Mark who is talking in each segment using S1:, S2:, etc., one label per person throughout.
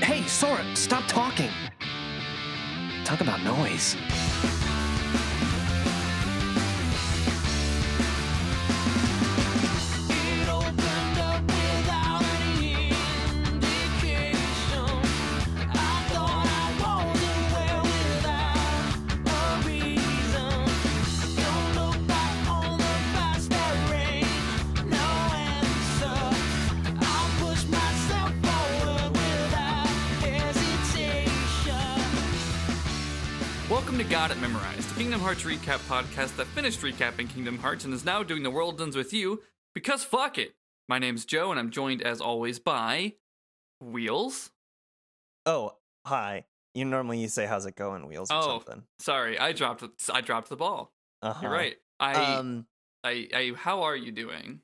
S1: Hey, Sora, stop talking. Talk about noise.
S2: Welcome to God at Memorized, the Kingdom Hearts recap podcast that finished recapping Kingdom Hearts and is now doing the world ends with you because fuck it. My name's Joe, and I'm joined as always by Wheels.
S3: Oh, hi. You normally you say how's it going, wheels or
S2: Oh,
S3: something.
S2: Sorry, I dropped I dropped the ball.
S3: Uh-huh.
S2: You're right. I,
S3: Um,
S2: I I how are you doing?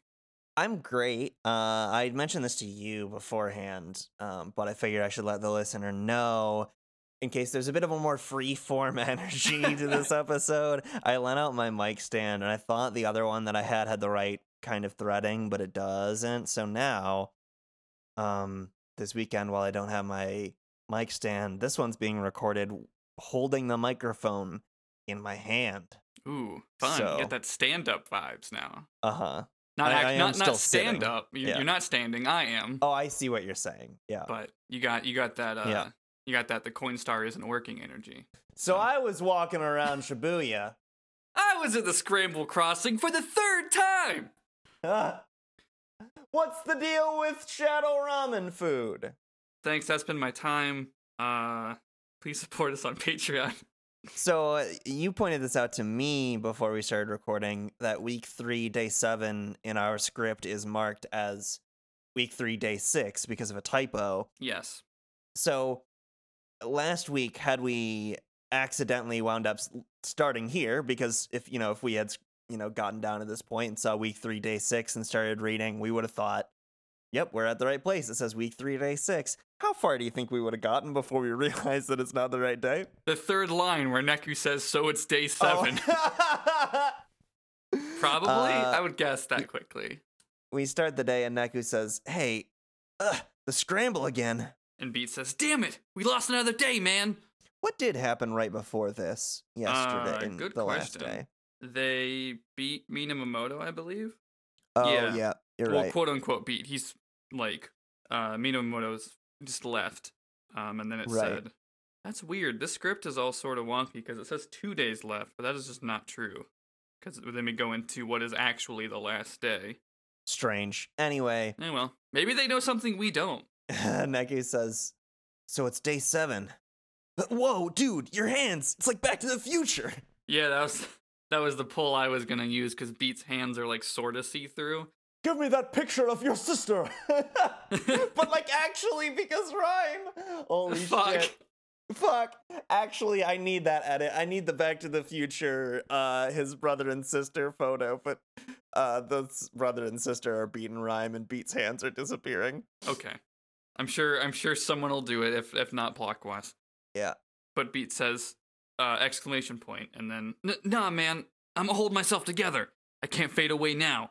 S3: I'm great. Uh, I mentioned this to you beforehand, um, but I figured I should let the listener know in case there's a bit of a more free form energy to this episode. I lent out my mic stand, and I thought the other one that I had had the right kind of threading, but it doesn't. So now, um, this weekend, while I don't have my mic stand, this one's being recorded holding the microphone in my hand.
S2: Ooh, fun. You
S3: So-
S2: get that stand up vibes now.
S3: Uh huh.
S2: Not
S3: I-
S2: act,
S3: I am
S2: not
S3: still
S2: not stand
S3: sitting.
S2: up. You,
S3: Yeah.
S2: You're not standing. I am.
S3: Oh, I see what you're saying. Yeah.
S2: But you got you got that. Uh,
S3: Yeah.
S2: You got that. The Coinstar isn't working energy.
S3: So I was walking around Shibuya.
S2: I was at the Scramble Crossing for the third time.
S3: What's the deal with shadow ramen food?
S2: Thanks. That's been my time. Uh, please support us on Patreon.
S3: So uh, you pointed this out to me before we started recording that week 3 day 7 in our script is marked as week 3 day 6 because of a typo.
S2: Yes.
S3: So last week, had we accidentally wound up s- starting here, because if you know if we had you know gotten down to this point and saw week three, day six, and started reading, we would have thought, "Yep, we're at the right place." It says week three, day six. How far do you think we would have gotten before we realized that it's not the right day?
S2: The third line where Neku says, "So it's day seven.
S3: Oh.
S2: Probably.
S3: Uh,
S2: I would guess that quickly.
S3: we start the day, and Neku says, "Hey, ugh, the scramble again."
S2: And Beat says, "Damn it, we lost another day, man."
S3: What did happen right before this yesterday? in
S2: Uh, good
S3: the last
S2: question.
S3: day.
S2: They beat Minamamoto, I believe.
S3: Oh
S2: Yeah.
S3: yeah, you're
S2: well,
S3: right.
S2: quote unquote beat. He's like, uh, Minamoto's just left. Um, and then it
S3: Right.
S2: said, that's weird. This script is all sort of wonky because it says two days left, but that is just not true. Because then we go into what is actually the last day.
S3: Strange. Anyway,
S2: Eh, well, maybe they know something we don't.
S3: Neku says, "So it's day seven. But whoa, dude, your hands! It's like Back to the Future.
S2: Yeah, that was that was the pull I was gonna use because Beat's hands are like sort of see through.
S3: Give me that picture of your sister. but like, actually, because rhyme. Holy
S2: Fuck.
S3: shit! Fuck. Actually, I need that edit. I need the Back to the Future, uh, his brother and sister photo. But uh, those brother and sister are beating rhyme, and Beat's hands are disappearing.
S2: Okay. I'm sure I'm sure someone will do it if if not Blockwise.
S3: Yeah.
S2: But Beat says uh exclamation point and then N- nah man, I'm gonna hold myself together. I can't fade away now.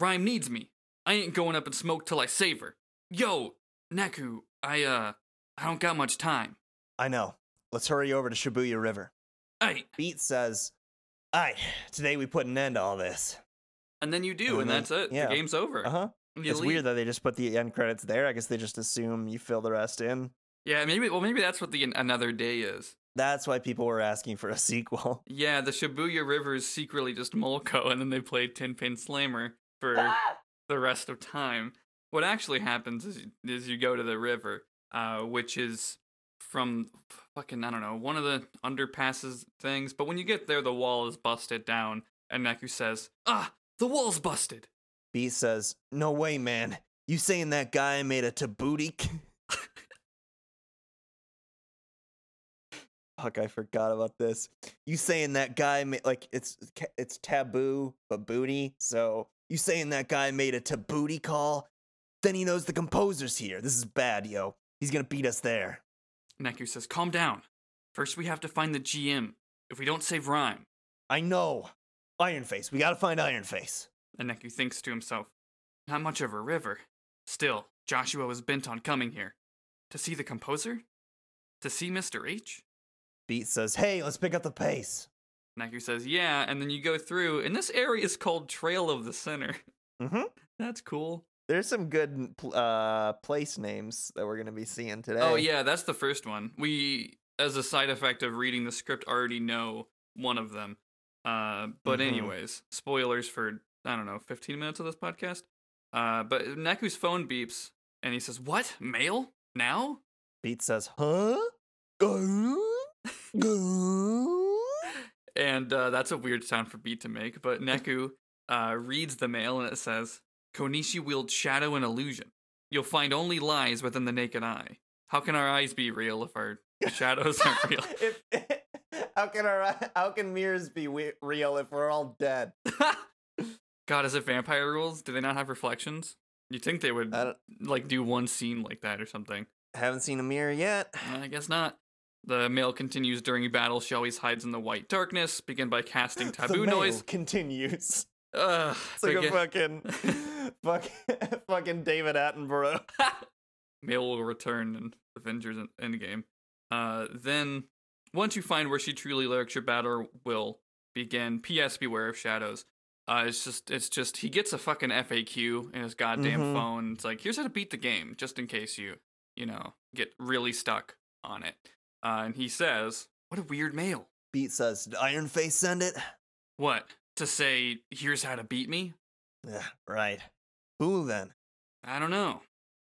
S2: Rhyme needs me. I ain't going up in smoke till I save her. Yo, Neku, I uh I don't got much time.
S3: I know. Let's hurry over to Shibuya River.
S2: Hey,
S3: Beat says, "Aye, today we put an end to all this."
S2: and then you do, and
S3: And then-
S2: that's it.
S3: yeah.
S2: The game's over.
S3: Uh huh.
S2: You
S3: It's
S2: leave.
S3: weird that they just put the end credits there. I guess they just assume you fill the rest in.
S2: Yeah, maybe. Well, maybe that's what the another day is.
S3: That's why people were asking for a sequel.
S2: Yeah, the Shibuya River is secretly just Molko, and then they play Tin Pin Slammer for the rest of time. What actually happens is, is you go to the river, uh, which is from fucking, I don't know, one of the underpasses things. But when you get there, the wall is busted down, and Neku says, Ah, the wall's busted.
S3: Beat says, "No way, man. You saying that guy made a tabootie?" Fuck, I forgot about this. You saying that guy made like it's it's taboo but booty. So you saying that guy made a tabootie call? Then he knows the composer's here. This is bad, yo. He's gonna beat us there.
S2: Neku says, Calm down. First, we have to find the GM. If we don't save Rhyme,
S3: I know. Iron Face. We gotta find Iron Face.
S2: And Neku thinks to himself, Not much of a river. Still, Joshua was bent on coming here. To see the composer? To see Mr. H?
S3: Beat says, "Hey, let's pick up the pace."
S2: Naku says, yeah, and then you go through, and this area is called Trail of the Center.
S3: Mm-hmm.
S2: That's cool.
S3: There's some good pl- uh, place names that we're gonna be seeing today.
S2: Oh yeah, that's the first one. We, as a side effect of reading the script, already know one of them. Uh, but
S3: Mhm.
S2: anyways, spoilers for I don't know, 15 minutes of this podcast. Uh, but Naku's phone beeps, and he says, "What mail now?"
S3: Beat says, "Huh?"
S2: And uh, that's a weird sound for Beat to make. But Neku uh, reads the mail, and it says, "Konishi wields shadow and illusion. You'll find only lies within the naked eye. How can our eyes be real if our shadows aren't real?"
S3: if, how can our how can mirrors be we- real if we're all dead?
S2: God, is it vampire rules? Do they not have reflections? You think they would
S3: I don't,
S2: like do one scene like that or something?
S3: haven't seen a mirror yet.
S2: Uh, I guess not. The male continues during battle. She always hides in the white darkness. Begin by casting taboo
S3: the mail
S2: noise.
S3: continues.
S2: Ugh,
S3: It's like
S2: begin-
S3: a fucking, fucking, fucking David Attenborough.
S2: Male will return in Avengers En- Endgame. Uh, then, once you find where she truly lurks, your battle will begin. P.S. Beware of shadows. Uh, it's just, it's just, he gets a fucking FAQ in his goddamn
S3: Mhm.
S2: phone. It's like, here's how to beat the game, just in case you, you know, get really stuck on it. Uh, and he says, "What a weird mail.
S3: Beat says, "Did Iron Face send it?"
S2: What to say? Here's how to beat me.
S3: Yeah, right. Who then?
S2: I don't know.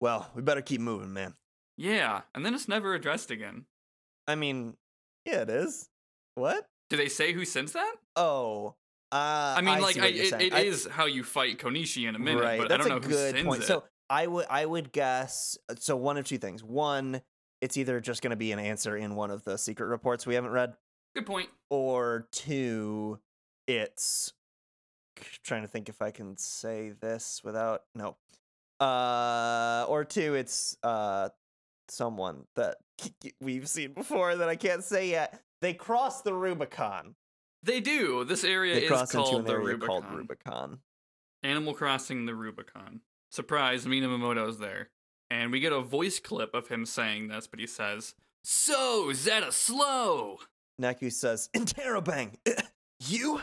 S3: Well, we better keep moving, man.
S2: Yeah." And then it's never addressed again.
S3: I mean, yeah, it is. What?
S2: Do they say who sends that?
S3: Oh, uh,
S2: I mean, like,
S3: see
S2: I,
S3: what you're
S2: it,
S3: saying.
S2: it
S3: I-
S2: is how you fight Konishi in a minute,
S3: right.
S2: but
S3: That's
S2: I don't
S3: a
S2: know
S3: good
S2: who sends
S3: point.
S2: it.
S3: So I would, I would guess. uh, So one of two things. One, it's either just going to be an answer in one of the secret reports we haven't read,
S2: good point.
S3: or two, it's trying to think if I can say this without no. Uh, or two, it's uh, someone that we've seen before that I can't say yet. They cross the Rubicon.
S2: They do. This area
S3: They
S2: is
S3: cross into
S2: called
S3: an
S2: the
S3: area
S2: Rubicon.
S3: called Rubicon.
S2: Animal Crossing the Rubicon. Surprise, Mina Momoto's there. And we get a voice clip of him saying this, but he says, So, Zeta Slow!
S3: Naku says, "Interrobang, eh, you."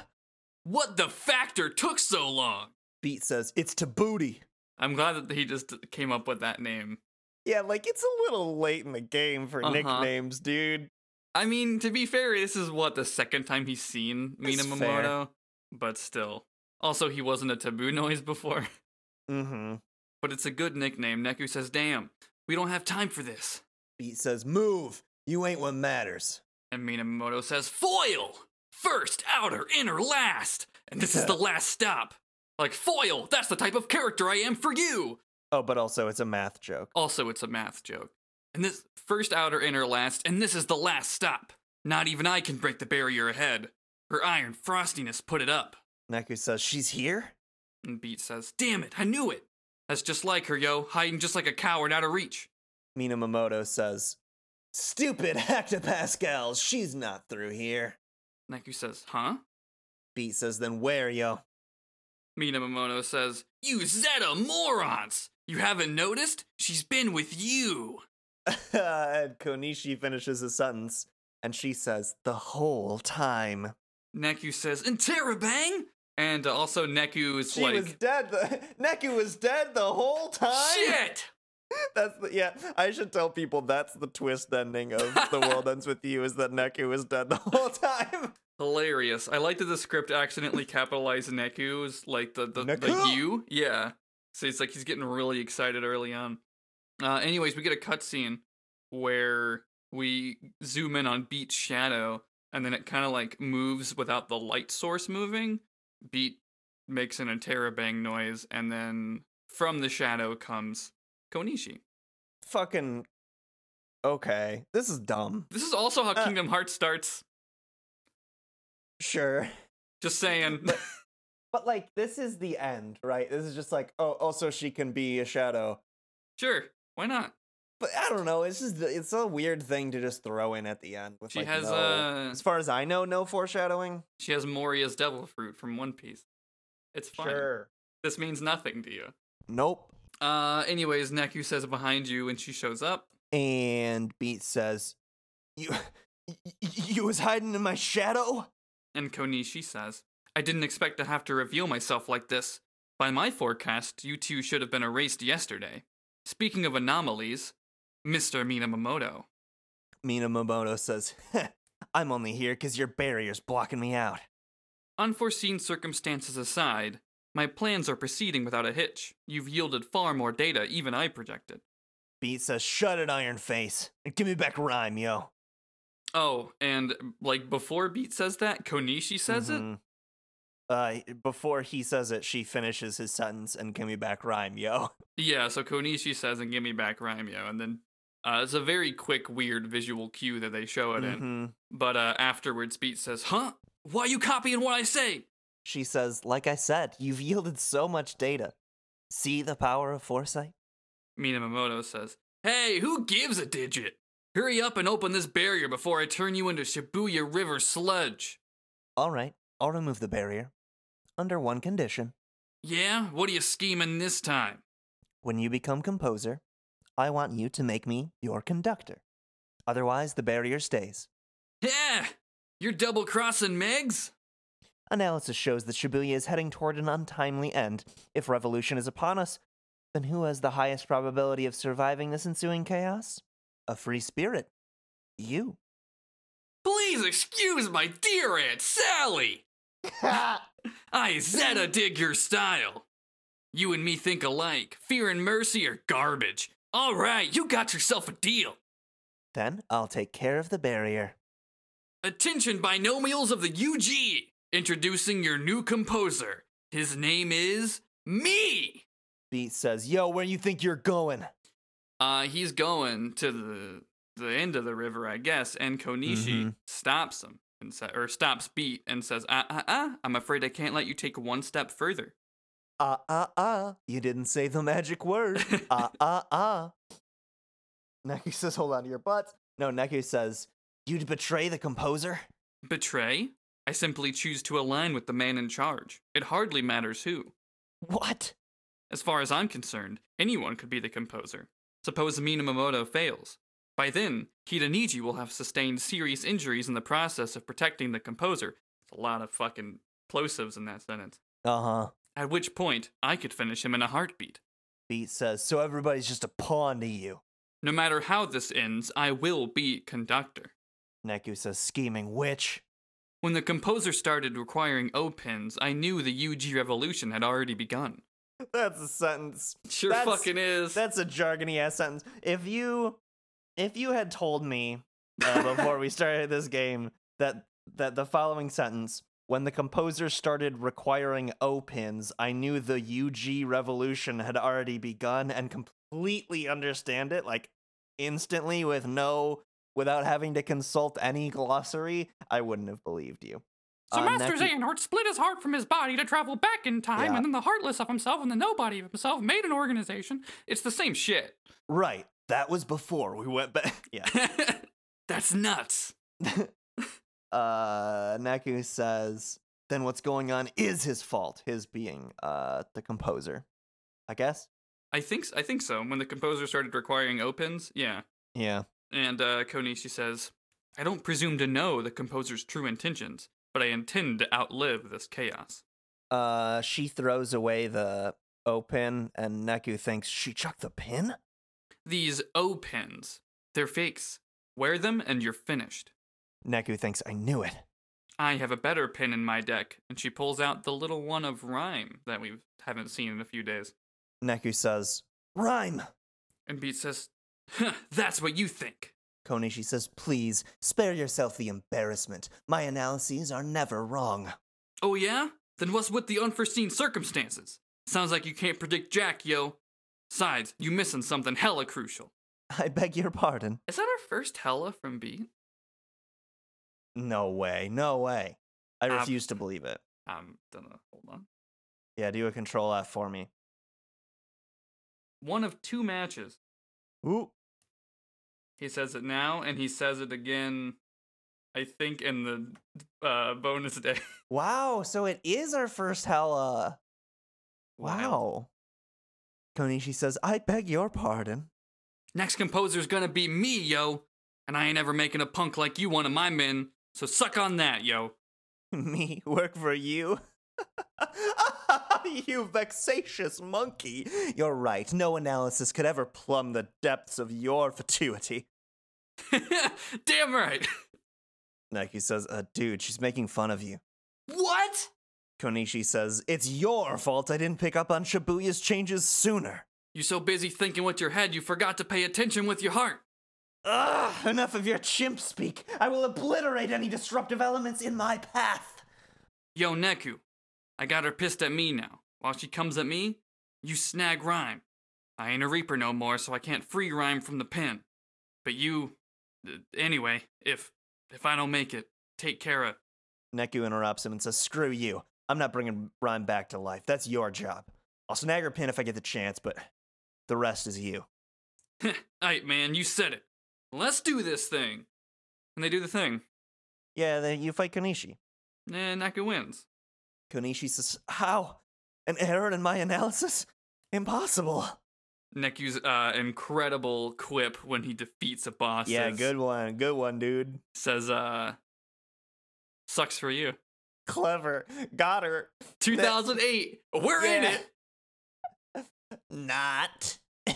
S2: What the factor took so long?
S3: Beat says, "It's to booty."
S2: I'm glad that he just came up with that name.
S3: Yeah, like it's a little late in the game for
S2: Uh-huh.
S3: nicknames, dude.
S2: I mean, to be fair, this is what the second time he's seen Mina
S3: That's
S2: Momoto,
S3: fair.
S2: but still. Also, he wasn't a taboo noise before,
S3: Mm-hmm.
S2: but it's a good nickname. Neku says, "Damn, we don't have time for this,"
S3: Beat says, "Move. You ain't what matters."
S2: and Mina Momoto says, "Foil, first, outer, inner, last, and this is the last stop." Like foil, that's the type of character I am for you.
S3: Oh, but also it's a math joke.
S2: Also, it's a math joke. And this first outer, inner, last, and this is the last stop. Not even I can break the barrier ahead. Her iron frostiness put it up.
S3: Naku says, "She's here."
S2: And Beat says, Damn it, I knew it. That's just like her, yo, hiding just like a coward out of reach.
S3: Mina Momoto says, "Stupid hectopascals. She's not through here."
S2: Neku says, Huh?
S3: Beat says, "Then where, yo?"
S2: Mina Momono says, You Zeta morons! You haven't noticed? She's been with you.
S3: and Konishi finishes his sentence, and she says, "The whole time."
S2: Neku says, Interrobang! And uh, also, Neku is
S3: She
S2: like,
S3: was dead. The- Neku was dead the whole time.
S2: Shit!
S3: That's the, yeah. I should tell people that's the twist ending of The World Ends with You is that Neku is dead the whole time.
S2: Hilarious. I like that the script accidentally capitalized Neku's, like the, the, the
S3: Neku!
S2: you. Yeah. So it's like he's getting really excited early on. Uh, anyways, we get a cutscene where we zoom in on Beat Shadow, and then it kind of like moves without the light source moving. Beat makes an interrobang noise, and then from the shadow comes Konishi.
S3: Fucking okay. This is dumb.
S2: This is also how
S3: Uh.
S2: Kingdom Hearts starts.
S3: Sure.
S2: Just saying.
S3: But- But like this is the end, right? This is just like, oh, also she can be a shadow.
S2: sure, why not?
S3: But I don't know. It's just it's a weird thing to just throw in at the end. With
S2: She
S3: like,
S2: has
S3: no-
S2: uh
S3: as far as I know, no foreshadowing.
S2: She has Moria's devil fruit from One Piece. It's fine. This means nothing to you.
S3: Nope.
S2: Uh, anyways, Neku says behind you, and she shows up.
S3: And Beat says, "You, y- y- you was hiding in my shadow."
S2: And Konishi says, I didn't expect to have to reveal myself like this. By my forecast, you two should have been erased yesterday. Speaking of anomalies, Mr. Minamamoto.
S3: Minamoto says, "Heh, "I'm only here because your barrier's blocking me out."
S2: Unforeseen circumstances aside, my plans are proceeding without a hitch. You've yielded far more data even I projected.
S3: Beat says, "Shut it, Iron Face, and give me back Rhyme, yo."
S2: Oh, and like before Beat says that, Konishi says it?
S3: Mhm. Uh, before he says it, she finishes his sentence and give me back Rhyme, yo.
S2: Yeah, so Konishi says and give me back Rymeo, and then uh, it's a very quick, weird visual cue that they show it in.
S3: Mhm.
S2: But uh, afterwards, Beat says, Huh? Why you copying what I say?
S3: She says, "Like I said, you've yielded so much data. See the power of foresight."
S2: Minamamoto says, Hey, who gives a digit? Hurry up and open this barrier before I turn you into Shibuya River sludge.
S3: All right, I'll remove the barrier. Under one condition.
S2: Yeah? What are you scheming this time?
S3: When you become composer, I want you to make me your conductor. Otherwise, the barrier stays.
S2: Yeah! You're double crossing Megs?
S3: Analysis shows that Shibuya is heading toward an untimely end. If revolution is upon us, then who has the highest probability of surviving this ensuing chaos? A free spirit. You.
S2: Please excuse my dear Aunt Sally! I Zeta dig your style. You and me think alike. Fear and mercy are garbage. All right, you got yourself a deal.
S3: Then I'll take care of the barrier.
S2: Attention binomials of the UG. Introducing your new composer. His name is me.
S3: Beat says, Yo, where you think you're going?
S2: Uh, he's going to the the end of the river, I guess. And Konishi
S3: Mhm.
S2: stops him and sa- or stops Beat and says, "Ah ah ah! I'm afraid I can't let you take one step further."
S3: Ah, ah, ah. You didn't say the magic word. ah, ah, ah. Neku says, Hold on to your butts. No, Neku says, You'd betray the composer?
S2: Betray? I simply choose to align with the man in charge. It hardly matters who.
S3: What?
S2: As far as I'm concerned, anyone could be the composer. Suppose Minamamoto fails. By then, Kitaniji will have sustained serious injuries in the process of protecting the composer. It's a lot of fucking plosives in that sentence.
S3: Uh huh.
S2: At which point, I could finish him in a heartbeat.
S3: Beat says, So everybody's just a pawn to you.
S2: No matter how this ends, I will be conductor.
S3: Neku says, Scheming witch.
S2: When the composer started requiring O pins, I knew the UG revolution had already begun.
S3: That's a sentence.
S2: Sure
S3: That's-
S2: fucking is.
S3: That's a jargony ass sentence. If you, if you had told me uh, before we started this game that that the following sentence, when the composer started requiring O pins, I knew the UG revolution had already begun and completely understand it like instantly with no without having to consult any glossary. I wouldn't have believed you.
S4: So
S3: Uh,
S4: Master
S3: Neku-
S4: Xehanort split his heart from his body to travel back in time,
S3: Yeah.
S4: and then the heartless of himself and the nobody of himself made an organization.
S2: it's the same shit.
S3: Right. That was before we went back. Yeah.
S2: That's nuts.
S3: uh, Naku says, then what's going on is his fault, his being uh, the composer, I guess.
S2: I think s- I think so. When the composer started requiring opens, yeah.
S3: Yeah.
S2: And uh, Konishi says, "I don't presume to know the composer's true intentions, but I intend to outlive this chaos."
S3: Uh, she throws away the O pin, and Neku thinks she chucked the pin.
S2: These O pins, they're fakes. Wear them and you're finished.
S3: Neku thinks I knew it.
S2: I have a better pin in my deck, and she pulls out the little one of rhyme that we haven't seen in a few days.
S3: Neku says, rhyme.
S2: And Beat says, huh, "That's what you think."
S3: Konishi says, please spare yourself the embarrassment. My analyses are never wrong.
S2: Oh yeah? Then what's with the unforeseen circumstances? Sounds like you can't predict Jack, yo. Sides, you missing something hella crucial.
S3: I beg your pardon.
S2: Is that our first hella from Beat?
S3: No way. No way. I
S2: Um,
S3: refuse to believe it.
S2: I'm gonna "Um, hold on.
S3: Yeah, do a control F for me.
S2: One of two matches.
S3: Ooh.
S2: He says it now, and he says it again. I think in the uh, bonus day.
S3: Wow, so it is our first Hella.
S2: Wild.
S3: Wow. Konishi says, I beg your pardon.
S2: Next composer's gonna be me, yo. And I ain't ever making a punk like you one of my men, so suck on that, yo.
S3: Me work for you? you vexatious monkey. You're right. No analysis could ever plumb the depths of your fatuity.
S2: Damn right.
S3: Nike says, uh, dude, she's making fun of you.
S2: What?
S3: Konishi says, it's your fault I didn't pick up on Shibuya's changes sooner.
S2: You so busy thinking with your head, you forgot to pay attention with your heart.
S3: Ugh, enough of your chimp speak. I will obliterate any disruptive elements in my path.
S2: Yo, Neku, I got her pissed at me now. While she comes at me, you snag rhyme. I ain't a reaper no more, so I can't free rhyme from the pen. But you, uh, anyway, if if I don't make it, take care of.
S3: Neku interrupts him and says, Screw you. I'm not bringing Rhyme back to life. That's your job. I'll snag her pin if I get the chance, but the rest is you.
S2: Aight, man, you said it. Let's do this thing. And they do the thing,
S3: Yeah, then you fight Konishi.
S2: and Neku wins.
S3: Konishi says, How? An error in my analysis? Impossible.
S2: Neku's uh, incredible quip when he defeats a boss.
S3: Yeah,
S2: is-
S3: good one. Good one, dude.
S2: Says, uh, sucks for you.
S3: Clever. Got her.
S2: 2008, we're in
S3: Yeah.
S2: it.
S3: Not.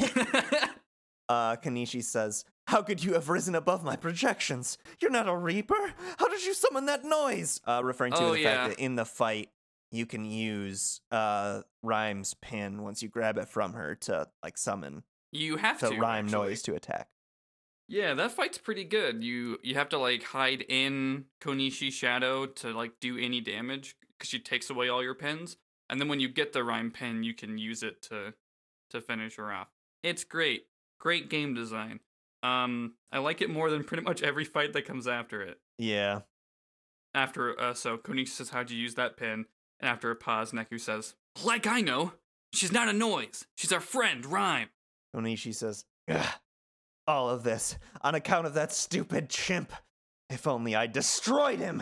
S3: Uh, Kanishi says, How could you have risen above my projections? You're not a Reaper. How did you summon that noise? Uh, referring to
S2: Oh,
S3: the
S2: yeah.
S3: fact that in the fight, you can use uh, Rhyme's pin once you grab it from her to like summon
S2: you have
S3: to
S2: to
S3: rhyme
S2: actually.
S3: noise to attack.
S2: Yeah, that fight's pretty good. You you have to like hide in Konishi's shadow to like do any damage because she takes away all your pins, and then when you get the rhyme pin, you can use it to to finish her off. It's great, great game design. Um, I like it more than pretty much every fight that comes after it.
S3: Yeah.
S2: After uh, so Konishi says, "How'd you use that pin?" And after a pause, Neku says, "Like I know, she's not a noise. She's our friend, Rhyme."
S3: Onishi says, Ugh, All of this on account of that stupid chimp. If only I destroyed him.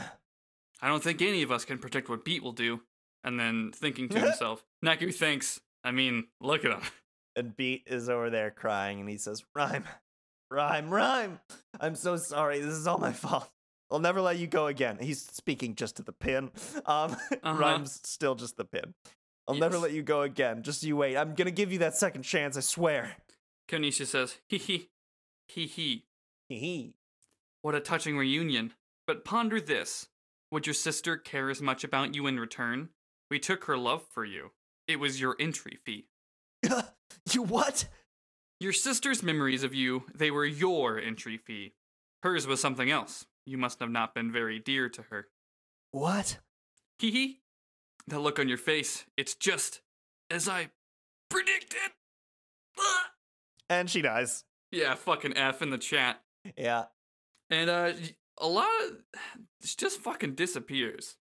S2: I don't think any of us can predict what Beat will do. And then thinking to himself, Naku thinks, I mean, look at him.
S3: And Beat is over there crying and he says, Rhyme, rhyme, rhyme. I'm so sorry. This is all my fault. I'll never let you go again. He's speaking just to the pin. Um, Rhyme's still just the pin. I'll never
S2: Yes.
S3: let you go again. Just you wait. I'm going to give you that second chance, I swear.
S2: Konisha says, hee hee, hee hee,
S3: Hee
S2: what a touching reunion. But ponder this Would your sister care as much about you in return? We took her love for you. It was your entry fee.
S3: hee. you what?
S2: Your sister's memories of you, they were your entry fee. Hers was something else. You must have not been very dear to her.
S3: What?
S2: Hee hee. That look on your face, it's just as I predicted. Ah!
S3: And she dies.
S2: Yeah, fucking F in the chat.
S3: Yeah.
S2: And uh y- a lot of it just fucking disappears.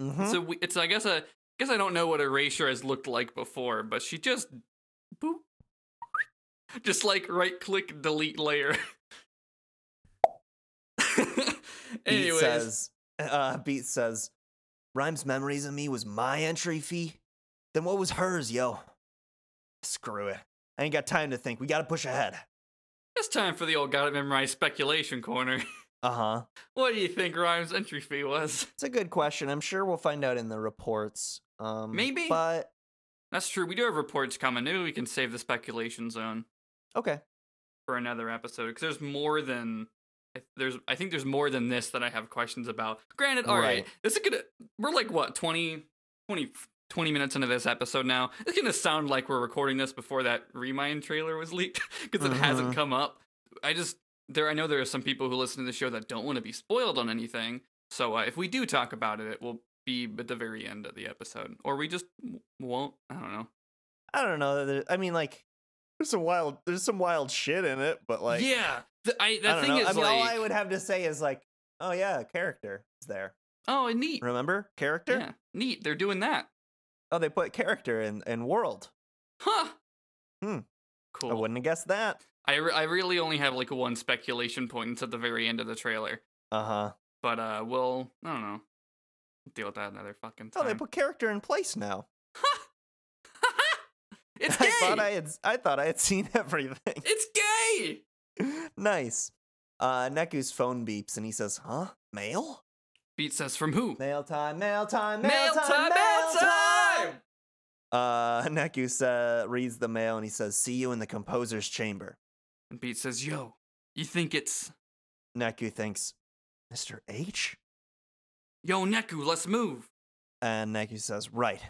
S3: Mhm.
S2: So we, it's I guess I guess I don't know what erasure has looked like before, but she just boop. Just like right click delete layer.
S3: Beat
S2: Anyways,
S3: says, uh, Beat says, Rhyme's memories of me was my entry fee. Then what was hers, yo? Screw it. I ain't got time to think. We gotta push ahead.
S2: it's time for the old got it memorized speculation corner.
S3: Uh
S2: Uh-huh.
S3: huh.
S2: what do you think Rhyme's entry fee was?
S3: It's a good question. I'm sure we'll find out in the reports. Um,
S2: Maybe.
S3: But
S2: That's true. We do have reports coming. Maybe we can save the speculation zone
S3: okay.
S2: for another episode because there's more than I- there's. I think there's more than this that I have questions about. Granted, all right,
S3: Right.
S2: this is gonna. We're like what 20, 20, 20 minutes into this episode now. It's gonna sound like we're recording this before that Remind trailer was leaked because it hasn't
S3: Mhm.
S2: come up. I just there. I know there are some people who listen to the show that don't want to be spoiled on anything. So uh, if we do talk about it, it will be at the very end of the episode, or we just w- won't. I don't know.
S3: I don't know. There- I mean, like, there's some wild, there's some wild shit in it, but like,
S2: yeah, th- I
S3: I
S2: that
S3: don't
S2: thing
S3: know.
S2: is
S3: I mean, all
S2: like
S3: I would have to say is like, oh yeah, character is there.
S2: oh neat,
S3: Remember character?
S2: yeah, neat. They're doing that,
S3: Oh, they put character in in world.
S2: huh?
S3: Hmm. I
S2: Cool.
S3: wouldn't have guessed that.
S2: I, re- I really only have like one speculation point. It's at the very end of the trailer,
S3: Uh huh.
S2: but uh, we'll I don't know. Deal with that another fucking
S3: Oh,
S2: time.
S3: they put character in place now.
S2: it's
S3: I thought
S2: gay.
S3: I had I thought I had seen everything.
S2: It's gay.
S3: nice. Uh, Neku's phone beeps and he says, "Huh? Mail?
S2: Beat says, from who?
S3: Mail time! Mail time! Mail,
S2: Mail time, mail time!
S3: Uh, Neku sa- reads the mail and he says, "See you in the composer's chamber."
S2: And Beat says, yo, you think it's,
S3: Neku thinks, "Mr. H,"
S2: yo, Neku, let's move.
S3: and Neku says, "Right."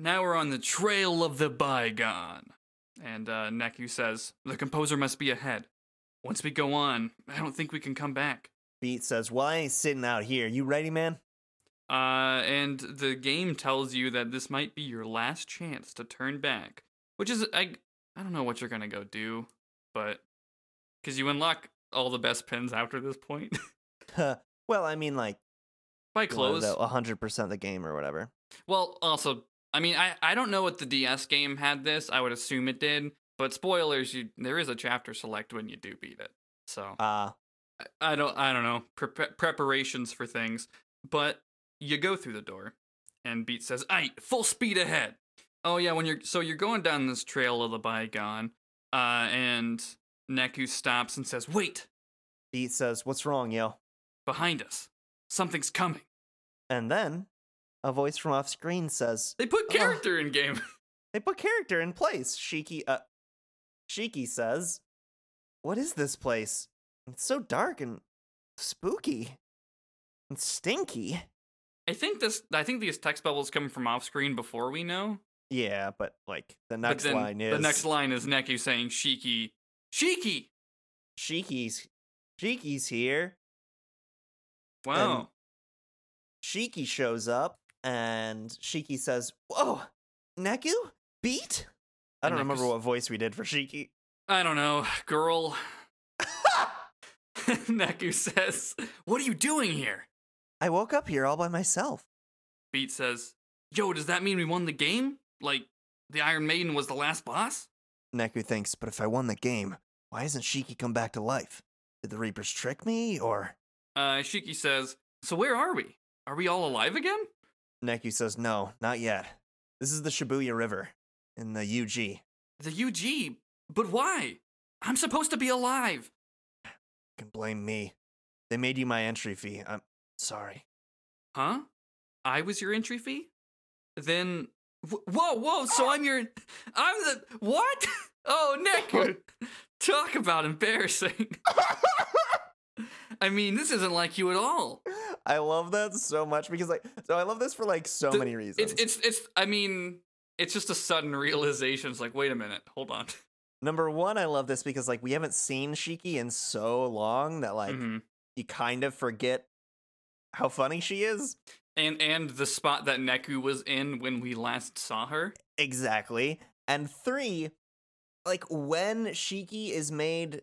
S2: Now we're on the trail of the bygone. And uh, Neku says, the composer must be ahead. Once we go on, I don't think we can come back.
S3: Beat says, "Well, I ain't sitting out here. You ready, man?"
S2: Uh, and the game tells you that this might be your last chance to turn back, which is I I don't know what you're gonna go do, but because you unlock all the best pins after this point
S3: well, I mean, like
S2: by
S3: one
S2: close.
S3: of the 100% the game or whatever.
S2: Well, also, I mean, I I don't know what the DS game had this. I would assume it did, but spoilers, you there is a chapter select when you do beat it. So
S3: Uh,
S2: I- I don't I don't know pre- preparations for things, but you go through the door, and Beat says, "Aight, full speed ahead." Oh yeah, when you're so you're going down this trail of the bygone, uh, and Neku stops and says, "Wait,
S3: Beat says, "What's wrong, yo?"
S2: behind us, something's coming."
S3: And then a voice from off screen says,
S2: They put
S3: Oh.
S2: character in game.
S3: They put character in place. Shiki uh Shiki says, What is this place? It's so dark and spooky and stinky.
S2: I think this. I think these text bubbles come from off screen before we know.
S3: Yeah, but like the
S2: but
S3: next
S2: then
S3: line is
S2: the next line is Neku saying, "Shiki, Shiki."
S3: Shiki's Shiki's here.
S2: Wow.
S3: Shiki shows up and Shiki says, Whoa, Neku? Beat? I
S2: And
S3: don't remember
S2: Neku's-
S3: what voice we did for Shiki.
S2: I don't know, girl. Neku says, What are you doing here?
S3: I woke up here all by myself.
S2: Beat says, Yo, does that mean we won the game? Like, the Iron Maiden was the last boss?
S3: Neku thinks, but if I won the game, why hasn't Shiki come back to life? Did the Reapers trick me, or?
S2: Uh, Shiki says, So where are we? Are we all alive again?
S3: Neku says, no, not yet. This is the Shibuya River in the UG.
S2: The UG, but why? I'm supposed to be alive.
S3: can blame me. They made you my entry fee. I'm sorry.
S2: Huh? I was your entry fee? Then. Wh- whoa, whoa, so I'm your. I'm the. What? Oh, Neku! Talk about embarrassing. I mean, this isn't like you at all.
S3: I love that so much because, like, so I love this for like so
S2: The-
S3: many reasons.
S2: It's it's it's. I mean, it's just a sudden realization. It's like, wait a minute, hold on.
S3: Number one, I love this because, like, we haven't seen Shiki in so long that, like,
S2: Mhm.
S3: you kind of forget how funny she is.
S2: And and the spot that Neku was in when we last saw her.
S3: Exactly. And three, like when Shiki is made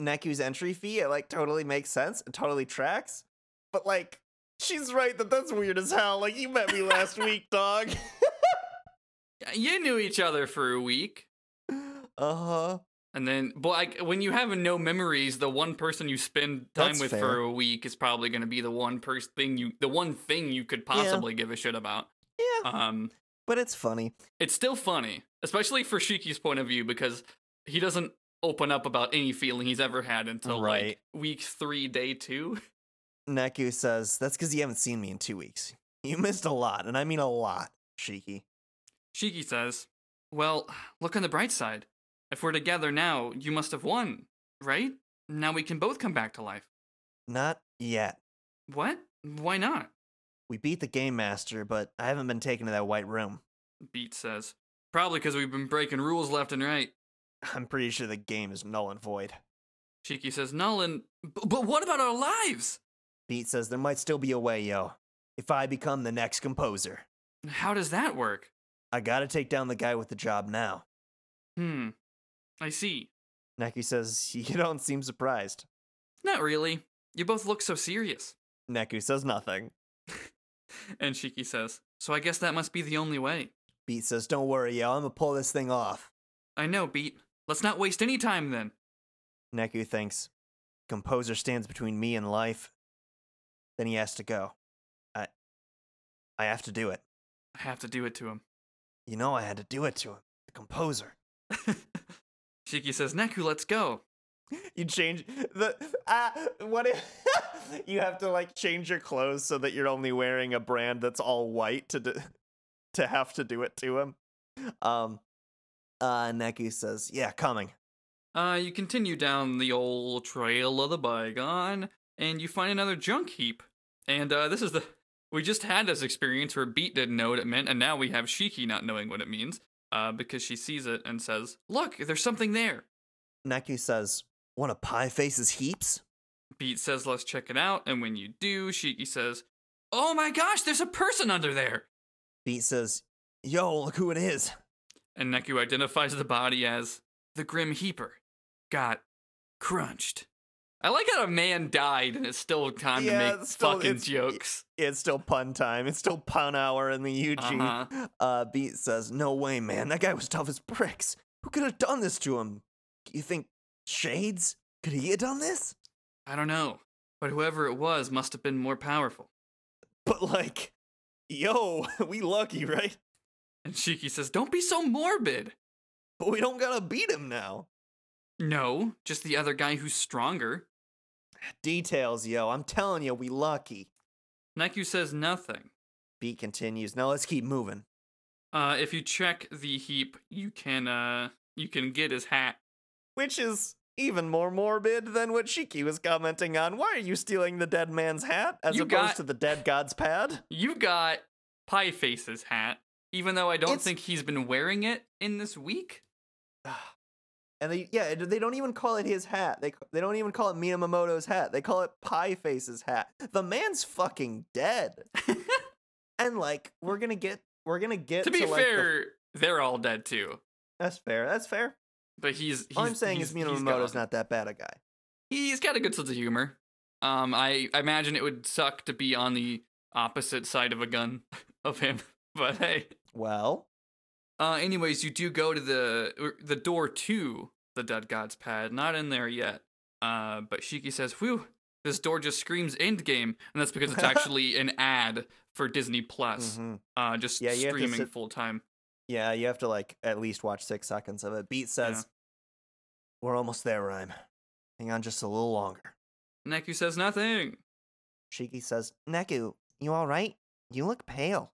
S3: Neku's entry fee, it like totally makes sense. It totally tracks. But like, she's right that that's weird as hell. Like, you met me last week, dog.
S2: You knew each other for a week,
S3: Uh huh.
S2: and then, but like when you have no memories, the one person you spend time
S3: That's
S2: with
S3: fair.
S2: for a week is probably going to be the one person thing you, the one thing you could possibly give a shit about.
S3: Yeah.
S2: Um,
S3: But it's funny.
S2: it's still funny, especially for Shiki's point of view because he doesn't open up about any feeling he's ever had until
S3: Right.
S2: like week three, day two.
S3: Neku says, That's because you haven't seen me in two weeks. You missed a lot, and I mean a lot, Shiki.
S2: Shiki says, "Well, look on the bright side. If we're together now, you must have won, right? Now we can both come back to life.
S3: Not yet.
S2: What? Why not?"
S3: We beat the Game Master, but I haven't been taken to that white room.
S2: Beat says, "Probably because we've been breaking rules left and right."
S3: I'm pretty sure the game is null and void.
S2: Shiki says, "Nolan, b- but what about our lives?
S3: Beat says there might still be a way, yo. If I become the next composer,
S2: How does that work?"
S3: I gotta take down the guy with the job now.
S2: Hmm. I see.
S3: Neku says, You don't seem surprised.
S2: Not really. You both look so serious.
S3: Neku says nothing.
S2: And Shiki says, So I guess that must be the only way.
S3: Beat says, Don't worry, yo, I'm gonna pull this thing off.
S2: I know, Beat. Let's not waste any time then.
S3: Neku thinks, Composer stands between me and life. Then he has to go. I. I have to do it.
S2: I have to do it to him.
S3: You know I had to do it to him, the composer.
S2: Shiki says, Neku, let's go.
S3: You change the ah. What if you have to like change your clothes so that you're only wearing a brand that's all white to do, to have to do it to him? Um, uh, Neku says, "Yeah, coming."
S2: Uh, you continue down the old trail of the bygone, and you find another junk heap. And uh, this is the we just had this experience where Beat didn't know what it meant, and now we have Shiki not knowing what it means, uh, because she sees it and says, "Look, there's something there."
S3: Neku says, "One of Pie Face's heaps."
S2: Beat says, "Let's check it out," and when you do, Shiki says, "Oh my gosh, there's a person under there!"
S3: Beat says, "Yo, look who it is."
S2: And Neku identifies the body as the Grim Heaper. Got crunched. I like how a man died and it's still time
S3: Yeah,
S2: to make
S3: it's still-
S2: fucking
S3: it's-
S2: jokes.
S3: It's still pun time. It's still pun hour in the UG.
S2: Uh-huh.
S3: Uh, Beat says, "No way, man. That guy was tough as bricks. Who could have done this to him? You think Shades? Could he have done this?
S2: I don't know, but whoever it was must have been more powerful.
S3: But like, yo, we lucky, right?
S2: And Shiki says, "Don't be so morbid."
S3: But we don't gotta beat him now."
S2: No, just the other guy who's stronger.
S3: Details, yo. I'm telling you, we lucky.
S2: Neku says nothing.
S3: Beat continues. Now let's keep moving.
S2: Uh, if you check the heap, you can uh, you can get his hat.
S3: Which is even more morbid than what Shiki was commenting on. Why are you stealing the dead man's hat as
S2: You
S3: opposed
S2: got-
S3: to the dead god's pad?
S2: You got Pie Face's hat, even though I don't
S3: It's-
S2: think he's been wearing it in this week.
S3: And they yeah, they don't even call it his hat. They they don't even call it Minamamoto's hat. They call it Pie Face's hat. The man's fucking dead. and like we're going to get we're going to get
S2: to be
S3: like, the-
S2: fair, they're all dead too.
S3: that's fair. That's fair.
S2: But he's, he's
S3: All I'm saying
S2: he's,
S3: is
S2: he's
S3: Minamamoto's
S2: gone.
S3: not that bad a guy.
S2: He's got a good sense of humor. Um, I, I imagine it would suck to be on the opposite side of a gun of him. But hey,
S3: Well,
S2: uh, anyways, you do go to the er, the door to the Dead God's Pad. Not in there yet. Uh, but Shiki says, "Whew, this door just screams Endgame," and that's because it's actually an ad for Disney Plus.
S3: mhm.
S2: Uh, just
S3: Yeah, you have to
S2: streaming
S3: sit-
S2: full time.
S3: Yeah, you have to like at least watch six seconds of it. Beat says, "We're almost there, Rhyme. Hang on just a little longer."
S2: Neku says nothing,
S3: Shiki says, "Neku, you all right? You look pale."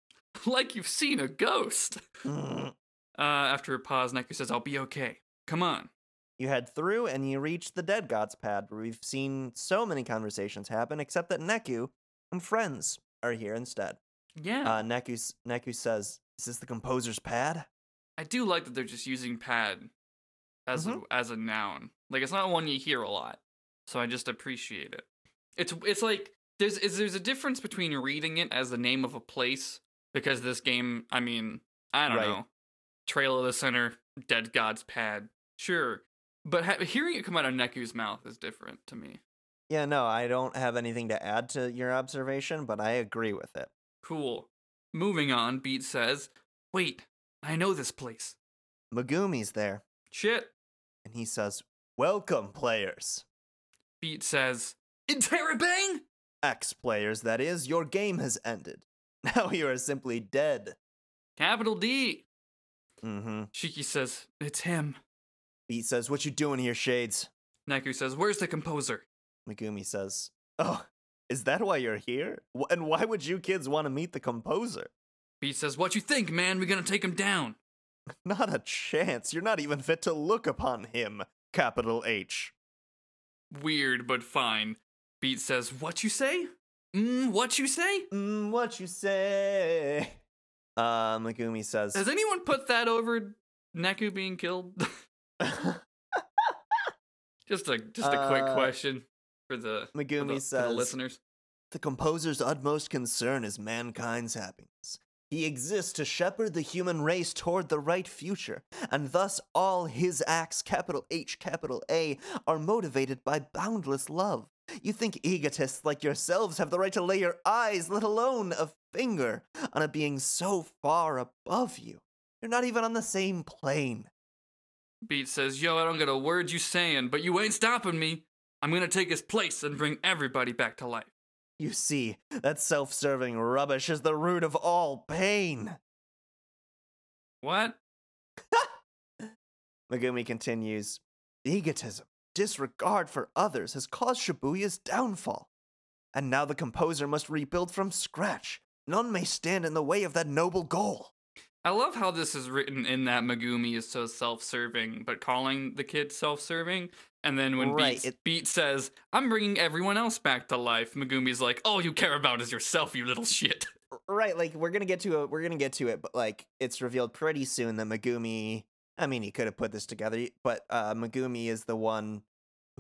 S2: like you've seen a ghost.
S3: Mm.
S2: Uh, after a pause, Neku says, "I'll be okay. Come on."
S3: You head through and you reach the dead god's pad. Where we've seen so many conversations happen, except that Neku and friends are here instead.
S2: Yeah,
S3: Uh, Neku s- Neku says, "Is this the composer's pad?"
S2: I do like that they're just using pad as a, as a noun. Like it's not one you hear a lot, so I just appreciate it. It's it's like there's is there's a difference between reading it as the name of a place because this game, I mean, I don't
S3: Right.
S2: know, Trail of the Center, Dead God's Pad, sure, but ha- hearing it come out of Neku's mouth is different to me.
S3: Yeah, no, I don't have anything to add to your observation, but I agree with it.
S2: Cool. Moving on, Beat says, "Wait, I know this place."
S3: Megumi's there,
S2: Shit.
S3: and he says, "Welcome, players."
S2: Beat says, "Interrobang."
S3: X players, that is, your game has ended. Now you are simply dead.
S2: Capital D.
S3: Mm-hmm.
S2: Shiki says, It's him.
S3: Beat says, What you doing here, Shades?
S2: Neku says, Where's the composer?
S3: Megumi says, Oh, is that why you're here? Wh- And why would you kids want to meet the composer?
S2: Beat says, What you think, man? We're gonna take him down.
S3: Not a chance. You're not even fit to look upon him. Capital H.
S2: Weird, but fine. Beat says, What you say? Mm, what you say?
S3: Mm, what you say? Uh, Megumi says,
S2: Has anyone put that over Neku being killed? just a just a quick
S3: Uh,
S2: question for the, for the,
S3: Megumi
S2: for the
S3: says,
S2: listeners. Beat says, Yo, I don't get a word you saying, but you ain't stopping me. I'm gonna take his place and bring everybody back to life.
S3: You see, that self serving rubbish is the root of all pain.
S2: What?
S3: Megumi continues Egotism, disregard for others has caused Shibuya's downfall. And now the composer must rebuild from scratch. None may stand in the way of that noble goal.
S2: I love how this is written in that Megumi is so self-serving, but calling the kid self-serving. And then when
S3: Right,
S2: Beat,
S3: it-
S2: Beat says, "I'm bringing everyone else back to life," Megumi's like, "All you care about is yourself, you little shit."
S3: Right, like we're gonna get to it. We're gonna get to it, but like it's revealed pretty soon that Megumi. I mean, he could have put this together, but uh, Megumi is the one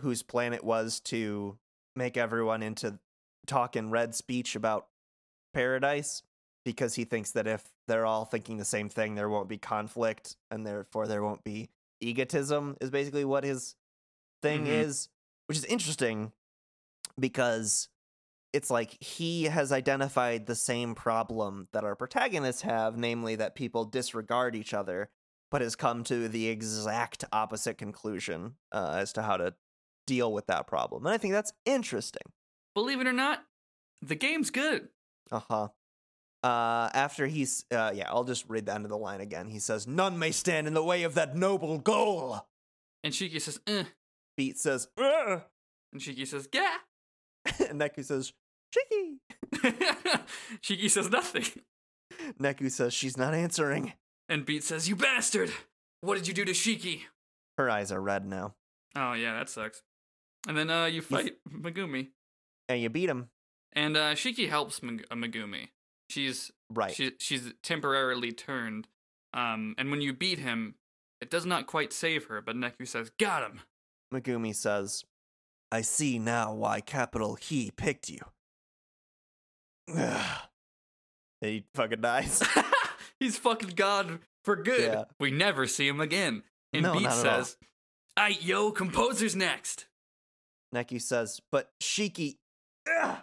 S3: whose plan it was to make everyone into talk in red speech about paradise, because he thinks that if they're all thinking the same thing, there won't be conflict, and therefore there won't be egotism. Is basically what his thing
S2: Mhm.
S3: is, which is interesting because it's like he has identified the same problem that our protagonists have, namely that people disregard each other, but has come to the exact opposite conclusion uh, as to how to deal with that problem. And I think that's interesting.
S2: Believe it or not, the game's good.
S3: Uh huh. Uh, after he's, uh, yeah, I'll just read the end of the line again. He says, None may stand in the way of that noble goal.
S2: And Shiki says, eh.
S3: Beat says, "Ugh."
S2: and Shiki says, yeah.
S3: and Neku says, Cheeky.
S2: Shiki says nothing.
S3: Neku says, She's not answering.
S2: And Beat says, You bastard! What did you do to Shiki?
S3: Her eyes are red now.
S2: Oh, yeah, that sucks. And then uh, you fight Megumi.
S3: And you beat him.
S2: And uh, Shiki helps Meg- uh, Megumi. She's,
S3: Right.
S2: she, she's temporarily turned. Um, and when you beat him, it does not quite save her, but Neku says, Got him!
S3: Megumi says, I see now why capital he picked you. Ugh. he fucking dies.
S2: He's fucking God for good.
S3: Yeah.
S2: We never see him again. And
S3: No,
S2: Beat
S3: not at all.
S2: says, I yo, composer's next.
S3: Neku says, but Shiki. Ugh.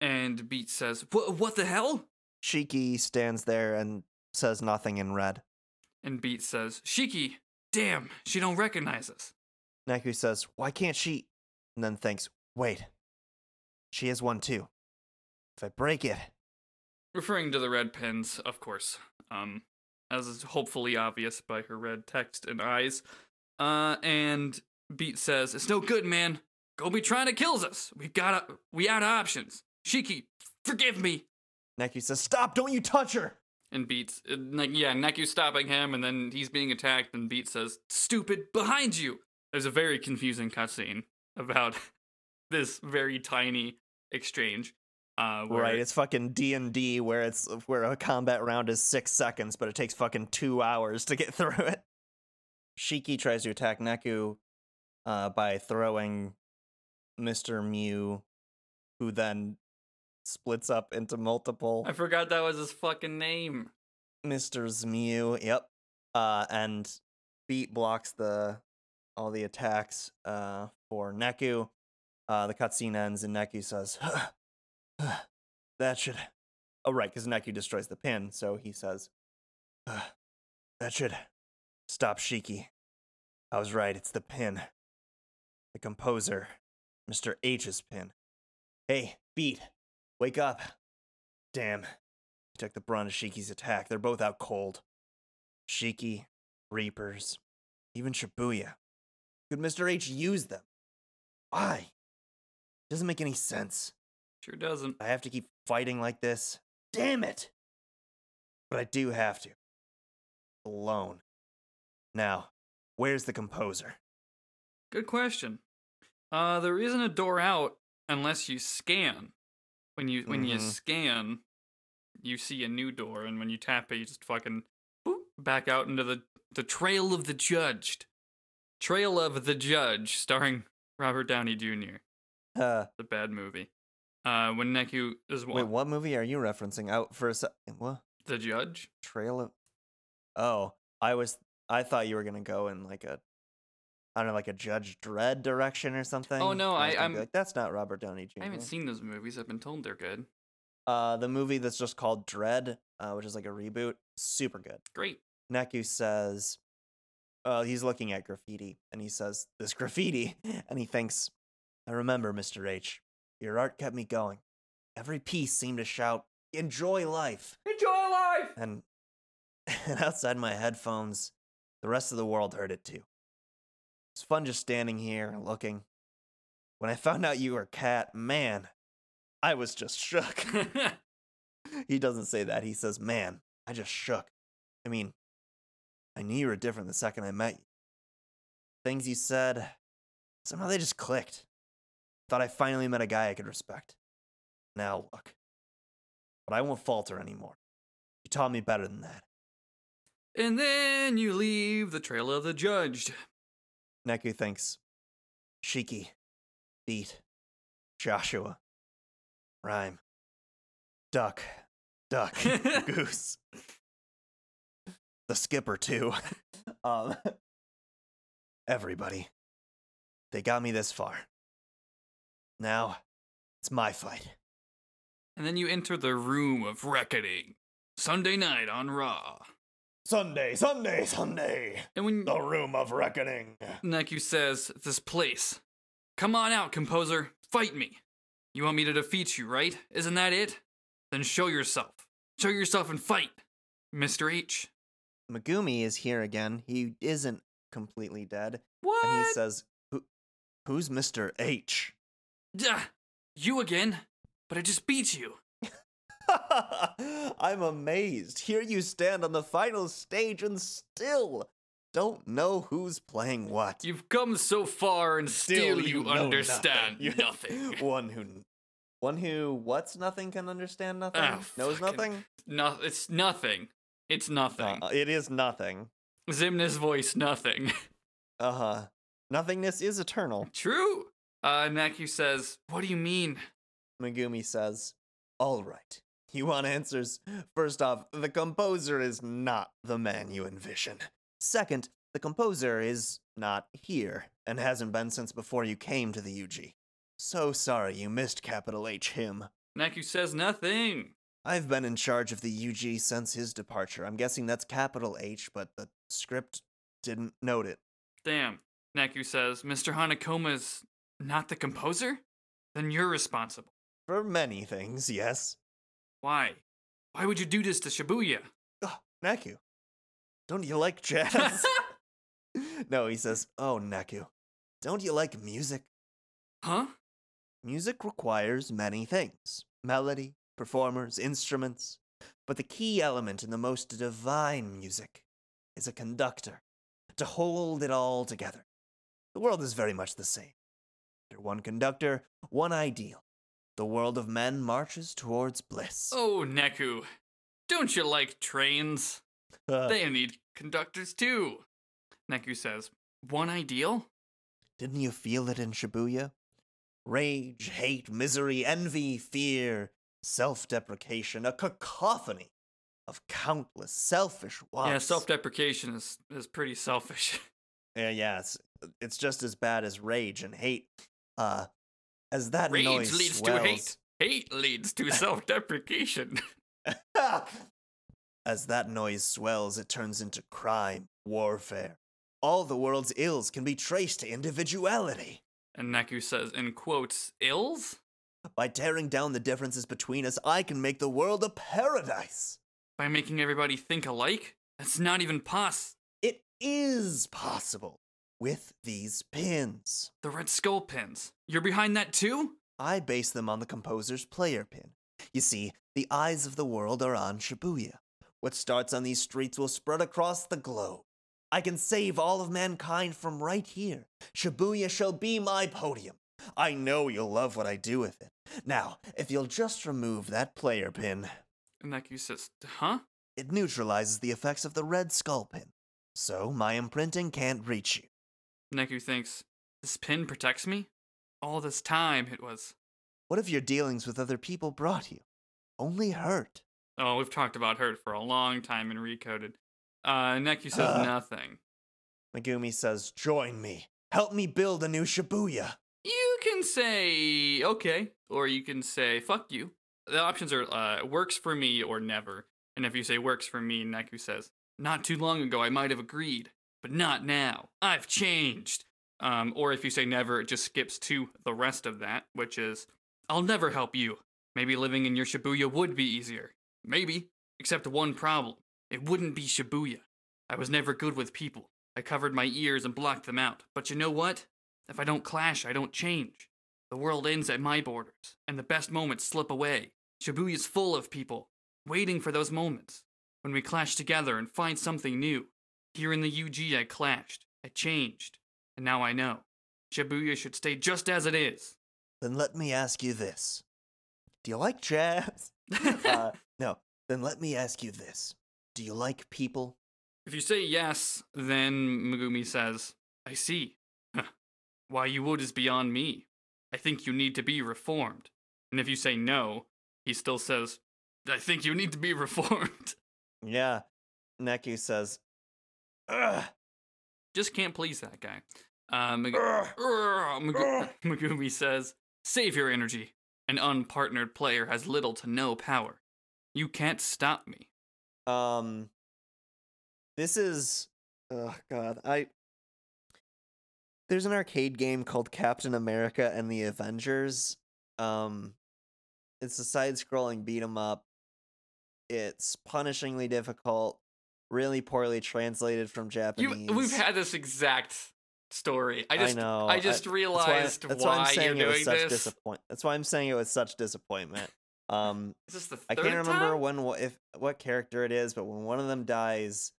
S2: And Beat says, "What? What the hell?"
S3: Shiki stands there and says nothing in red.
S2: And Beat says, "Shiki, damn, she don't recognize us."
S3: Neku says, why can't she? And then thinks, wait, she has one too. If I break it,
S2: Referring to the red pins, of course, um, as is hopefully obvious by her red text and eyes. Uh, and Beat says, "It's no good, man. Gobi trying to kills us. We got to we out of options. Shiki, forgive me."
S3: Neku says, stop, don't you touch her!
S2: And Beats, uh, like, yeah, Neku stopping him, and then he's being attacked, and Beat says, Stupid, behind you! There's a very confusing cutscene about this very tiny exchange. Uh, where
S3: Right, it's fucking D and D where it's where a combat round is six seconds, but it takes fucking two hours to get through it. Shiki tries to attack Neku uh, by throwing Mr. Mew, who then splits up into multiple
S2: I forgot that was his fucking name.
S3: Mr. Mew. Yep, uh, and Beat blocks the all the attacks uh, for Neku. Uh, the cutscene ends and Neku says, "Huh, huh, "That should." Oh, right, because Neku destroys the pin, so he says, "Huh, "That should stop Shiki." I was right. It's the pin. The composer, Mr. H's pin. Hey, Beat, wake up! Damn, he took the brunt of Shiki's attack. They're both out cold. Shiki, Reapers, even Shibuya. Could Mr. H use them? Why? Doesn't make any sense.
S2: Sure doesn't.
S3: I have to keep fighting like this. Damn it! But I do have to. Alone. Now, where's the composer?
S2: Good question. Uh, there isn't a door out unless you scan. When you when you
S3: Mhm.
S2: scan, you see a new door, and when you tap it, you just fucking boop, back out into the the trail of the judged. Trail of the Judge, starring Robert Downey Jr.
S3: Uh,
S2: The bad movie. Uh, when Neku is wa-
S3: wait, what movie are you referencing? Out for a sec. What?
S2: the judge.
S3: Trail of. Oh, I was. I thought you were gonna go in like a, I don't know, like a Judge Dredd direction or something.
S2: Oh, no,
S3: And
S2: I-
S3: was gonna
S2: I'm-
S3: be like that's not Robert Downey Jr.
S2: I haven't seen those movies. I've been told they're good.
S3: Uh, the movie that's just called Dread, uh, which is like a reboot. Super good.
S2: Great.
S3: Neku says, uh, he's looking at graffiti and he says, This graffiti. And he thinks, I remember, Mr. H. Your art kept me going. Every piece seemed to shout, Enjoy life.
S2: Enjoy life.
S3: And, and outside my headphones, the rest of the world heard it too. It's fun just standing here and looking. When I found out you were cat, man, I was just shook. he doesn't say that. He says, man, I just shook. I mean, I knew you were different the second I met you. Things you said, somehow they just clicked. Thought I finally met a guy I could respect. Now look. But I won't falter anymore. You taught me better than that.
S2: and then you leave the trail of the judged.
S3: Neku thinks, Shiki, beat, Joshua, rhyme, duck, duck, goose. The skipper, too. um, everybody. They got me this far. Now, it's my fight.
S2: And then you enter the room of reckoning. Sunday night on Raw.
S3: Sunday, Sunday, Sunday,
S2: And when
S3: the room of reckoning.
S2: Neku says, This place. Come on out, composer. Fight me. You want me to defeat you, right? Isn't that it? Then show yourself. Show yourself and fight. Mr. H.
S3: Megumi is here again. He isn't completely dead.
S4: What?
S3: and he says, Who, "Who's Mister H?"
S2: Duh, you again? But I just beat you.
S3: I'm amazed. Here you stand on the final stage and still don't know who's playing what.
S2: You've come so far and still, you,
S3: know
S2: understand
S3: You-
S2: nothing.
S3: one who, one who what's nothing can understand nothing.
S2: Ah,
S3: knows
S2: fucking
S3: nothing.
S2: No, it's nothing. It's nothing.
S3: Uh, it is nothing.
S2: Zimna's voice, nothing.
S3: Uh huh. Nothingness is eternal.
S2: True. Uh, Naku says, What do you mean?
S3: Megumi says, All right. You want answers? First off, the composer is not the man you envision. Second, the composer is not here and hasn't been since before you came to the UG. So sorry you missed capital H him.
S2: Naku says, Nothing.
S3: I've been in charge of the UG since his departure. I'm guessing that's capital H, but the script didn't note it.
S2: Damn. Naku says, Mr. Hanakoma is not the composer? Then you're responsible.
S3: For many things, yes.
S2: Why? Why would you do this to Shibuya?
S3: Ugh, Neku, don't you like jazz? no, he says, Oh, Neku, don't you like music?
S2: huh?
S3: Music requires many things melody, performers, instruments. But the key element in the most divine music is a conductor to hold it all together. The world is very much the same. Under one conductor, one ideal. The world of men marches towards bliss.
S2: Oh, Neku. Don't you like trains?
S3: Uh,
S2: They need conductors too. Neku says, One ideal?
S3: Didn't you feel it in Shibuya? Rage, hate, misery, envy, fear, self deprecation, a cacophony of countless selfish wants.
S2: Yeah, self deprecation is, is pretty selfish.
S3: Yeah, yeah, it's, it's just as bad as rage and hate. Uh, as that
S2: Rage
S3: noise
S2: leads
S3: swells,
S2: to hate. Hate leads to self deprecation.
S3: As that noise swells, it turns into crime, warfare. All the world's ills can be traced to individuality.
S2: and Neku says, in quotes, ills?
S3: By tearing down the differences between us, I can make the world a paradise.
S2: By making everybody think alike? That's not even pos.
S3: It is possible with these pins.
S2: The Red Skull pins. You're behind that too?
S3: I base them on the composer's player pin. You see, the eyes of the world are on Shibuya. What starts on these streets will spread across the globe. I can save all of mankind from right here. Shibuya shall be my podium. I know you'll love what I do with it. Now, if you'll just remove that player pin,
S2: And Neku says, huh?
S3: it neutralizes the effects of the red skull pin. So my imprinting can't reach you.
S2: Neku thinks, this pin protects me? All this time it was.
S3: What if your dealings with other people brought you? Only hurt.
S2: Oh, we've talked about Hurt for a long time in Recoded. Uh, Neku says
S3: Ugh.
S2: nothing.
S3: Megumi says, Join me. Help me build a new Shibuya.
S2: You can say, okay, or you can say, fuck you. The options are uh, works for me or never. And if you say works for me, Neku says, not too long ago I might have agreed, but not now. I've changed. Um, or if you say never, it just skips to the rest of that, which is, I'll never help you. Maybe living in your Shibuya would be easier. Maybe. Except one problem it wouldn't be Shibuya. I was never good with people. I covered my ears and blocked them out. But you know what? If I don't clash, I don't change. The world ends at my borders, and the best moments slip away. Shibuya's full of people, waiting for those moments. When we clash together and find something new. Here in the UG, I clashed, I changed, and now I know. Shibuya should stay just as it is.
S3: Then let me ask you this. Do you like jazz? uh, no. Then let me ask you this. Do you like people?
S2: If you say yes, then Megumi says, I see. Huh. Why you would is beyond me. I think you need to be reformed. And if you say no, he still says, I think you need to be reformed.
S3: Yeah. Neku says, Ugh,
S2: Just can't please that guy. Uh, Meg-
S3: ugh.
S2: Urgh, Mag-
S3: Ugh.
S2: Megumi says, Save your energy. An unpartnered player has little to no power. You can't stop me.
S3: Um, this is oh god, I. There's an arcade game called Captain America and the Avengers. Um, it's a side-scrolling beat 'em up. It's punishingly difficult, really poorly translated from
S2: You,
S3: Japanese.
S2: we've had this exact story. I just, I,
S3: know.
S2: just
S3: that's why-
S2: realized
S3: that's
S2: why,
S3: I'm saying
S2: you're
S3: it was
S2: doing
S3: such
S2: this.
S3: disappoint. That's why I'm saying it was such disappointment. Um,
S2: Is this the third
S3: I can't remember
S2: time?
S3: when wh- if what character it is, but when one of them dies,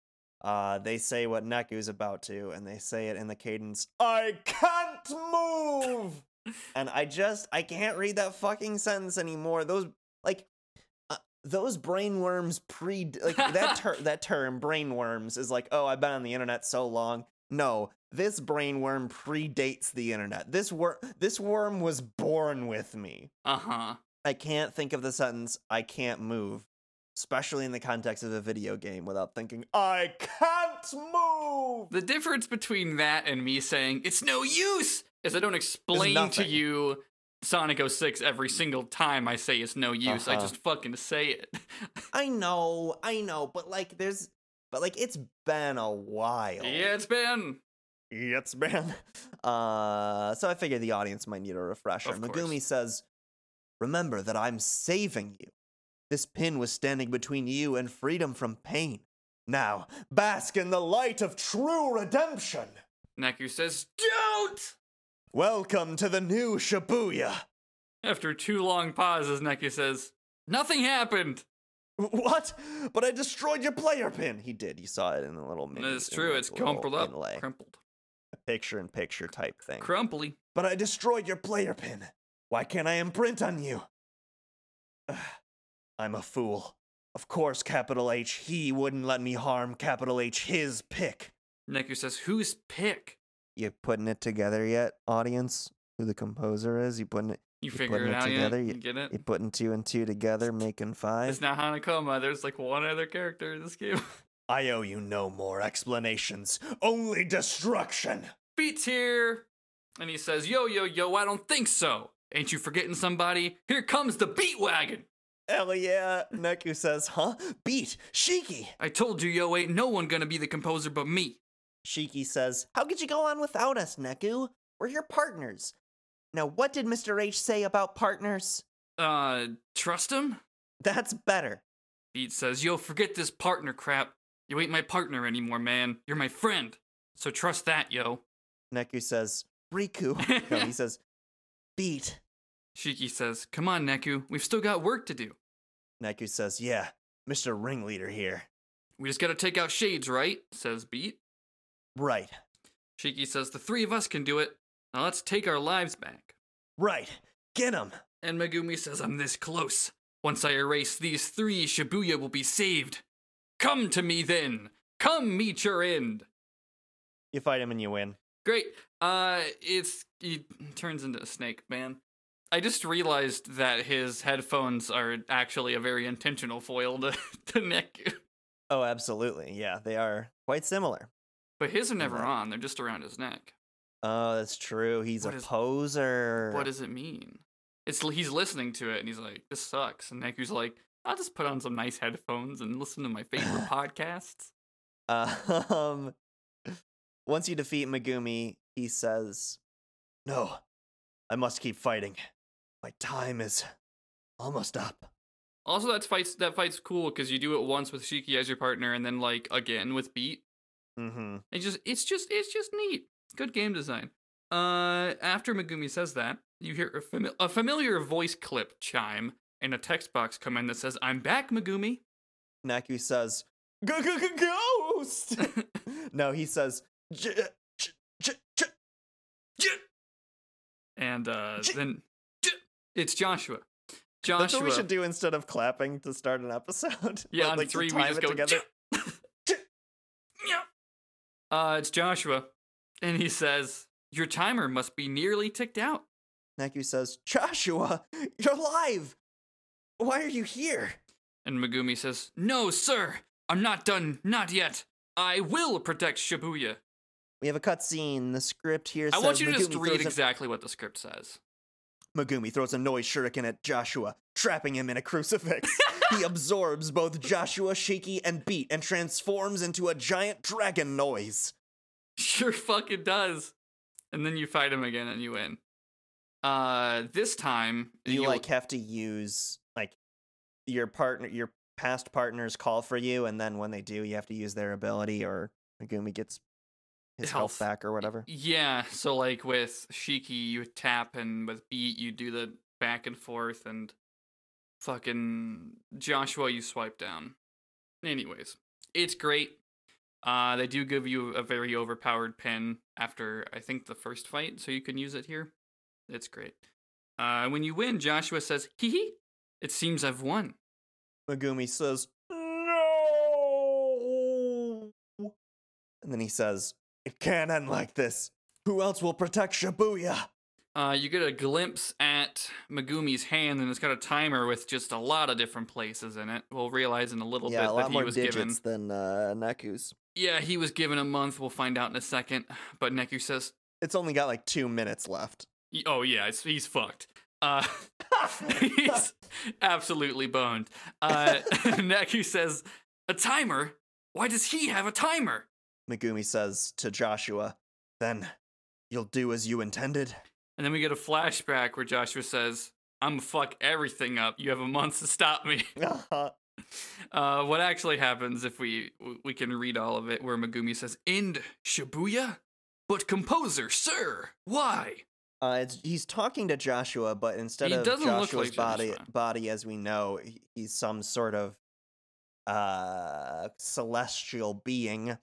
S3: uh, they say what Neku's about to, and they say it in the cadence, "I can't move," and I just I can't read that fucking sentence anymore. Those like. uh, Those brainworms pre like that ter- that term brainworms is like oh I've been on the internet so long no this brainworm predates the internet this wor- this worm was born with me
S2: Uh huh.
S3: I can't think of the sentence I can't move, especially in the context of a video game without thinking I can't move.
S2: The difference between that and me saying it's no use is I don't explain to
S3: nothing.
S2: you Sonic 06 every single time I say it's no use. I
S3: Uh-huh.
S2: just fucking say it.
S3: I know, I know, but like there's but like it's been a while.
S2: yeah, it's been.
S3: Yes, man. Uh, so I figured the audience might need a refresher.
S2: Of course.
S3: Megumi says, Remember that I'm saving you. This pin was standing between you and freedom from pain. Now, bask in the light of true redemption.
S2: Naku says, don't!
S3: Welcome to the new Shibuya.
S2: After two long pauses, Naku says, nothing happened.
S3: What? But I destroyed your player pin. He did. You saw it in the little. Mini,
S2: That's
S3: in
S2: true.
S3: the
S2: It's
S3: little
S2: crumpled up.
S3: inlay.
S2: Crumpled.
S3: picture in picture type thing.
S2: Crumply.
S3: but I destroyed your player pin. Why can't I imprint on you? Ugh, I'm a fool. Of course, capital H. He wouldn't let me harm capital H. His pick.
S2: Naku says, who's pick?
S3: You putting it together yet, audience? Who the composer is? You putting it?
S2: You
S3: You're
S2: figure
S3: putting
S2: it
S3: it
S2: out
S3: together,
S2: yet? You get it?
S3: You putting two and two together, making
S2: It's
S3: five?
S2: not Hanakoma. There's like one other character in this game.
S3: I owe you no more explanations. Only destruction.
S2: Beats here. And he says, Yo, yo, yo, I don't think so. Ain't you forgetting somebody? Here comes the beat wagon.
S3: Hell yeah. Neku says, huh? Beat. Shiki.
S2: I told you, yo, ain't no one gonna be the composer but me.
S3: Shiki says, how could you go on without us, Neku? We're your partners. Now, what did Mr. H say about partners?
S2: Uh, trust him?
S3: That's better.
S2: Beat says, Yo, forget this partner crap. You ain't my partner anymore, man. You're my friend. So trust that, yo.
S3: Neku says, Riku. no, he says, beat.
S2: Shiki says, Come on, Neku. We've still got work to do.
S3: Neku says, yeah, Mr. Ringleader here.
S2: We just gotta take out shades, right? Says Beat.
S3: Right,
S2: Shiki says, The three of us can do it. Now let's take our lives back.
S3: right. Get him.
S2: And Megumi says, I'm this close. Once I erase these three, Shibuya will be saved. Come to me then. Come meet your end.
S3: You fight him and you win.
S2: Great. Uh, it's. He turns into a snake, man. I just realized that his headphones are actually a very intentional foil to, to Neku.
S3: Oh, absolutely. Yeah, they are quite similar.
S2: But his are never on, they're just around his neck.
S3: Oh, that's true. He's
S2: What
S3: a
S2: is-
S3: poser.
S2: What does it mean? It's He's listening to it and he's like, this sucks. And Neku's like, I'll just put on some nice headphones and listen to my favorite podcasts.
S3: Uh, um, once you defeat Megumi, he says, No, I must keep fighting. My time is almost up.
S2: Also, that fight's that fight's cool because you do it once with Shiki as your partner, and then like again with Beat.
S3: Mm-hmm.
S2: It just it's just it's just neat. Good game design. Uh, after Megumi says that, you hear a, fami- a familiar voice clip chime and a text box come in that says, "I'm back, Megumi."
S3: Naku says, "Go go go ghost." no, he says, "J- j- j- j- j-"
S2: And uh,
S3: J-
S2: then it's Joshua.
S3: That's
S2: Joshua.
S3: what we should do instead of clapping to start an episode.
S2: Yeah,
S3: Like,
S2: on
S3: like, to
S2: three we
S3: time
S2: just
S3: it
S2: go.
S3: together.
S2: Yeah. Uh, it's Joshua, and he says, "Your timer must be nearly ticked out."
S3: Naku says, "Joshua, you're alive. Why are you here?"
S2: And Megumi says, "No, sir, I'm not done, not yet. I will protect Shibuya.
S3: We have a cutscene. The script here.
S2: I
S3: says
S2: want you to
S3: Megumi
S2: just read
S3: throws a-
S2: exactly what the script says."
S3: Megumi throws a noise shuriken at Joshua, trapping him in a crucifix. he absorbs both Joshua, Shiki, and Beat and transforms into a giant dragon noise.
S2: Sure fucking does. And then you fight him again and you win. Uh, this time
S3: You
S2: you'll-
S3: like have to use like your partner your past partners call for you, and then when they do, you have to use their ability or Megumi gets his health,
S2: Health.
S3: back or whatever.
S2: Yeah, so like with Shiki, you tap, and with Beat, you do the back and forth, and fucking Joshua, you swipe down. Anyways, it's great. Uh, they do give you a very overpowered pin after I think the first fight, so you can use it here. It's great. Uh, when you win, Joshua says, "Hee hee, it seems I've won."
S3: Megumi says, No! And then he says, It can't end like this. Who else will protect Shibuya?
S2: Uh, you get a glimpse at Megumi's hand, and it's got a timer with just a lot of different places in it. We'll realize in a little
S3: yeah,
S2: bit
S3: a
S2: that
S3: lot
S2: he
S3: more
S2: was given.
S3: digits than uh, Neku's.
S2: Yeah, he was given a month. We'll find out in a second. But Neku says,
S3: It's only got like two minutes left.
S2: y- "Oh yeah, it's, he's fucked. Uh, he's absolutely boned." Uh, Neku says, "A timer? Why does he have a timer?"
S3: Megumi says to Joshua, Then you'll do as you intended.
S2: And then we get a flashback where Joshua says, "I'm gonna fuck everything up. You have a month to stop me."
S3: Uh-huh.
S2: Uh, what actually happens if we we can read all of it? Where Megumi says, "End Shibuya, but composer, sir, why?"
S3: Uh, it's, he's talking to Joshua, but instead
S2: He
S3: of
S2: doesn't look
S3: Joshua's
S2: like
S3: body,
S2: Joshua.
S3: body as we know, he- he's some sort of uh, celestial being,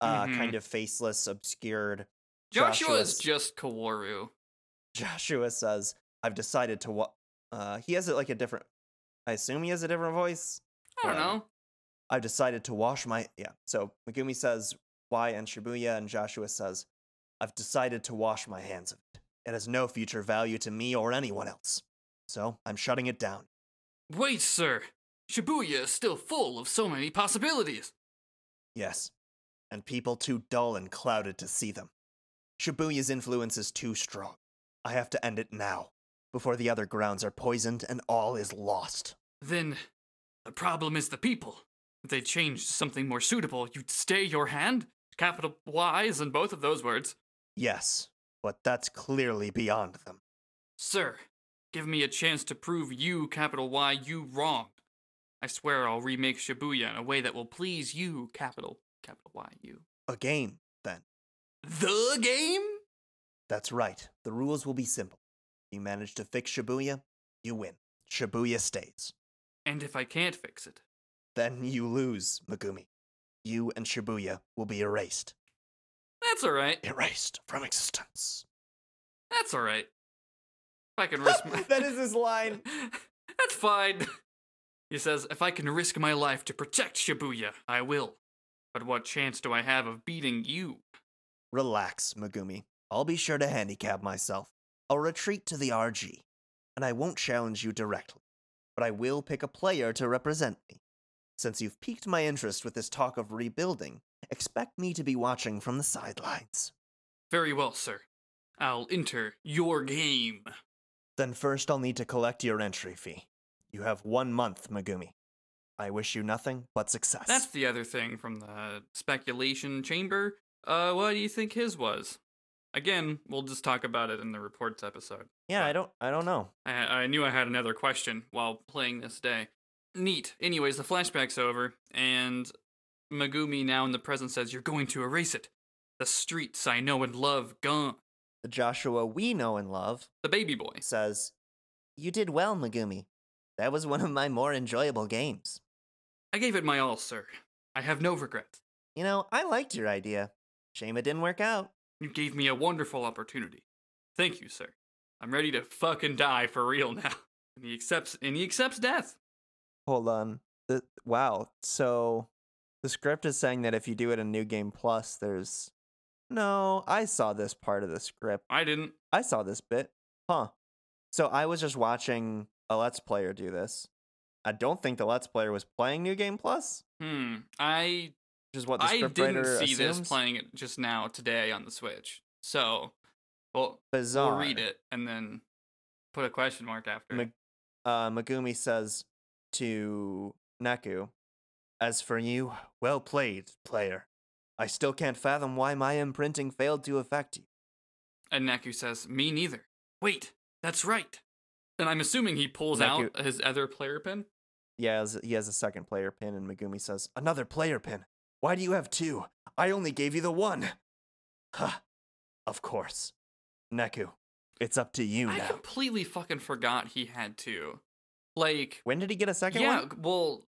S3: uh,
S2: Mhm.
S3: kind of faceless, obscured.
S2: Joshua is
S3: Joshua's-
S2: just Kaworu.
S3: Joshua says, "I've decided to what." Uh, he has it like a different. I assume he has a different voice.
S2: I don't
S3: Whatever.
S2: know.
S3: I've decided to wash my yeah. So Megumi says why and Shibuya and Joshua says, I've decided to wash my hands of it. It has no future value to me or anyone else. So I'm shutting it down.
S2: Wait, sir. Shibuya is still full of so many possibilities.
S3: Yes. And people too dull and clouded to see them. Shibuya's influence is too strong. I have to end it now, before the other grounds are poisoned and all is lost.
S2: Then the problem is the people. If they changed to something more suitable, you'd stay your hand? Capital Y's in both of those words.
S3: Yes, but that's clearly beyond them.
S2: Sir, give me a chance to prove you, capital Y, you wrong. I swear I'll remake Shibuya in a way that will please you, capital, capital Y, you.
S3: A game, then.
S2: The game?
S3: That's right. The rules will be simple. You manage to fix Shibuya, you win. Shibuya stays.
S2: And if I can't fix it,
S3: Then you lose, Megumi. You and Shibuya will be erased.
S2: that's alright.
S3: Erased from existence.
S2: That's all right. If I can risk my...
S3: That is his line.
S2: That's fine. He says, "If I can risk my life to protect Shibuya, I will. But what chance do I have of beating you?"
S3: Relax, Megumi. I'll be sure to handicap myself. I'll retreat to the RG, and I won't challenge you directly, but I will pick a player to represent me. Since you've piqued my interest with this talk of rebuilding, expect me to be watching from the sidelines.
S2: Very well, sir. I'll enter your game.
S3: Then first I'll need to collect your entry fee. You have one month, Megumi. I wish you nothing but success.
S2: That's the other thing from the speculation chamber. Uh, what do you think his was? Again, we'll just talk about it in the reports episode.
S3: yeah, I don't I don't know.
S2: I, I knew I had another question while playing this day. Neat. Anyways, the flashback's over, and Megumi now in the present says, You're going to erase it. The streets I know and love gone.
S3: The Joshua we know and love
S2: The baby boy.
S3: says, You did well, Megumi. That was one of my more enjoyable games.
S2: I gave it my all, sir. I have no regrets.
S3: You know, I liked your idea. Shame it didn't work out.
S2: You gave me a wonderful opportunity. Thank you, sir. I'm ready to fucking die for real now. And he accepts and he accepts death.
S3: Hold on. The, wow. So the script is saying that if you do it in New Game Plus, there's. No, I saw this part of the script.
S2: I didn't.
S3: I saw this bit. Huh. So I was just watching a Let's Player do this. I don't think the Let's Player was playing New Game Plus,
S2: Hmm. I
S3: which is what the
S2: I didn't
S3: scriptwriter
S2: see this
S3: assumes.
S2: playing it just now today on the Switch. So well
S3: Bizarre.
S2: we'll read it and then put a question mark after. it.
S3: Meg- uh, Megumi says to Neku, As for you, well played, player. I still can't fathom why my imprinting failed to affect you.
S2: and Neku says, Me neither. Wait, that's right. And I'm assuming he pulls
S3: Neku-
S2: out his other player pin.
S3: Yeah, has- he has a second player pin, and Megumi says, Another player pin? Why do you have two? I only gave you the one. Huh. Of course. Neku, it's up to you
S2: I
S3: now.
S2: completely fucking forgot he had two. Like
S3: When did he get a second
S2: yeah,
S3: one?
S2: well,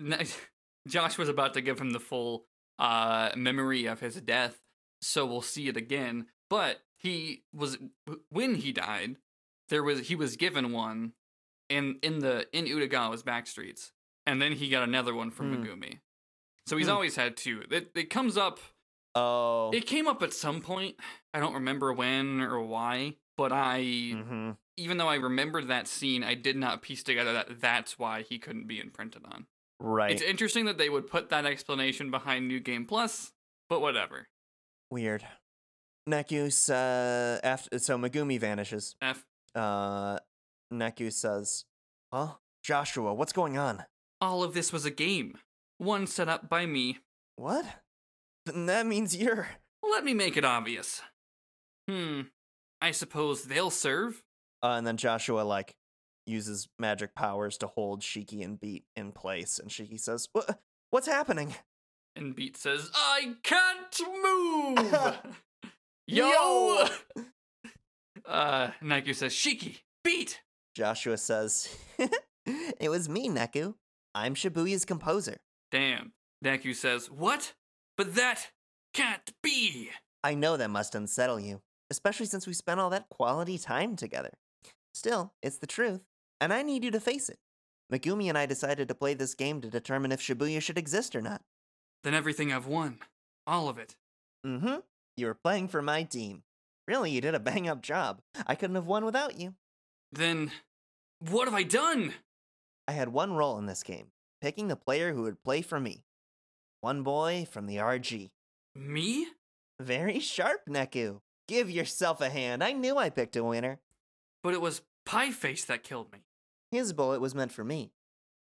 S2: n- Josh was about to give him the full uh, memory of his death, so we'll see it again. But he was when he died, there was he was given one, in in the in Utagawa's backstreets, and then he got another one from
S3: Hmm.
S2: Megumi. So he's
S3: Hmm.
S2: always had two. It, it comes up.
S3: Oh.
S2: It came up at some point. I don't remember when or why, but I
S3: hmm
S2: even though I remembered that scene, I did not piece together that that's why he couldn't be imprinted on.
S3: Right.
S2: It's interesting that they would put that explanation behind New Game Plus, but whatever.
S3: Weird. Neku uh, after so Megumi vanishes.
S2: F.
S3: Uh, Neku says, "Huh, Joshua, what's going on?
S2: All of this was a game, one set up by me.
S3: What? Then that means you're
S2: Let me make it obvious. Hmm. I suppose they'll serve.
S3: Uh, and then Joshua like uses magic powers to hold Shiki and Beat in place, and Shiki says, "Wha- "What's happening?
S2: And Beat says, I can't move! Yo! uh, Naiku says, Shiki, Beat!
S3: Joshua says, "It was me, Neku. I'm Shibuya's composer.
S2: Damn. Naiku says, What? But that can't be!
S3: I know that must unsettle you, especially since we spent all that quality time together. Still, it's the truth, and I need you to face it. Megumi and I decided to play this game to determine if Shibuya should exist or not.
S2: Then everything I've won. All of it.
S3: Mm hmm. You were playing for my team. Really, you did a bang up job. I couldn't have won without you.
S2: Then what have I done?
S3: I had one role in this game picking the player who would play for me. One boy from the RG.
S2: Me?
S3: Very sharp, Neku. Give yourself a hand. I knew I picked a winner.
S2: But it was Pie Face that killed me.
S3: His bullet was meant for me.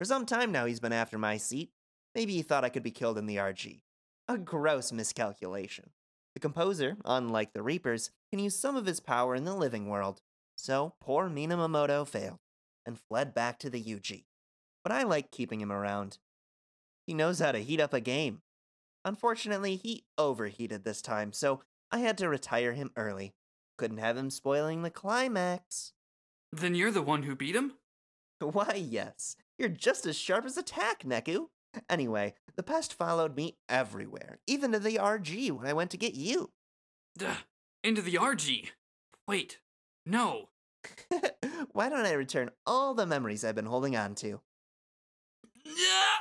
S3: For some time now, he's been after my seat. Maybe he thought I could be killed in the RG. A gross miscalculation. The composer, unlike the Reapers, can use some of his power in the living world. So poor Minamamoto failed and fled back to the UG. But I like keeping him around. He knows how to heat up a game. Unfortunately, he overheated this time, so I had to retire him early. Couldn't have him spoiling the climax.
S2: Then you're the one who beat him?
S3: Why, yes. You're just as sharp as a tack, Neku. Anyway, the pest followed me everywhere, even to the RG when I went to get you.
S2: Duh. Into the RG. Wait. No.
S3: Why don't I return all the memories I've been holding on to?
S2: Yeah!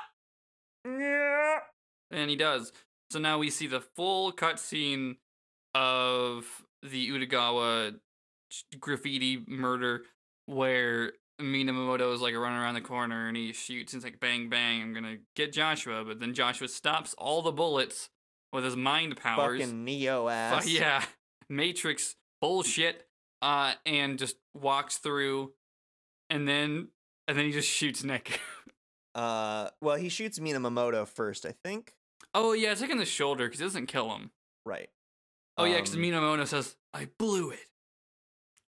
S2: And he does. So now we see the full cutscene of the Utagawa graffiti murder where Minamoto is like running around the corner and he shoots and it's like bang bang, I'm gonna get Joshua, but then Joshua stops all the bullets with his mind powers.
S3: Fucking Neo
S2: Fu-
S3: ass.
S2: yeah. Matrix bullshit. Uh and just walks through and then and then he just shoots Nick.
S3: Uh, well, he shoots Minamamoto first, I think.
S2: oh yeah, it's like in the shoulder because it doesn't kill him.
S3: Right.
S2: Oh yeah, because
S3: Um,
S2: Minamoto says, "I blew it."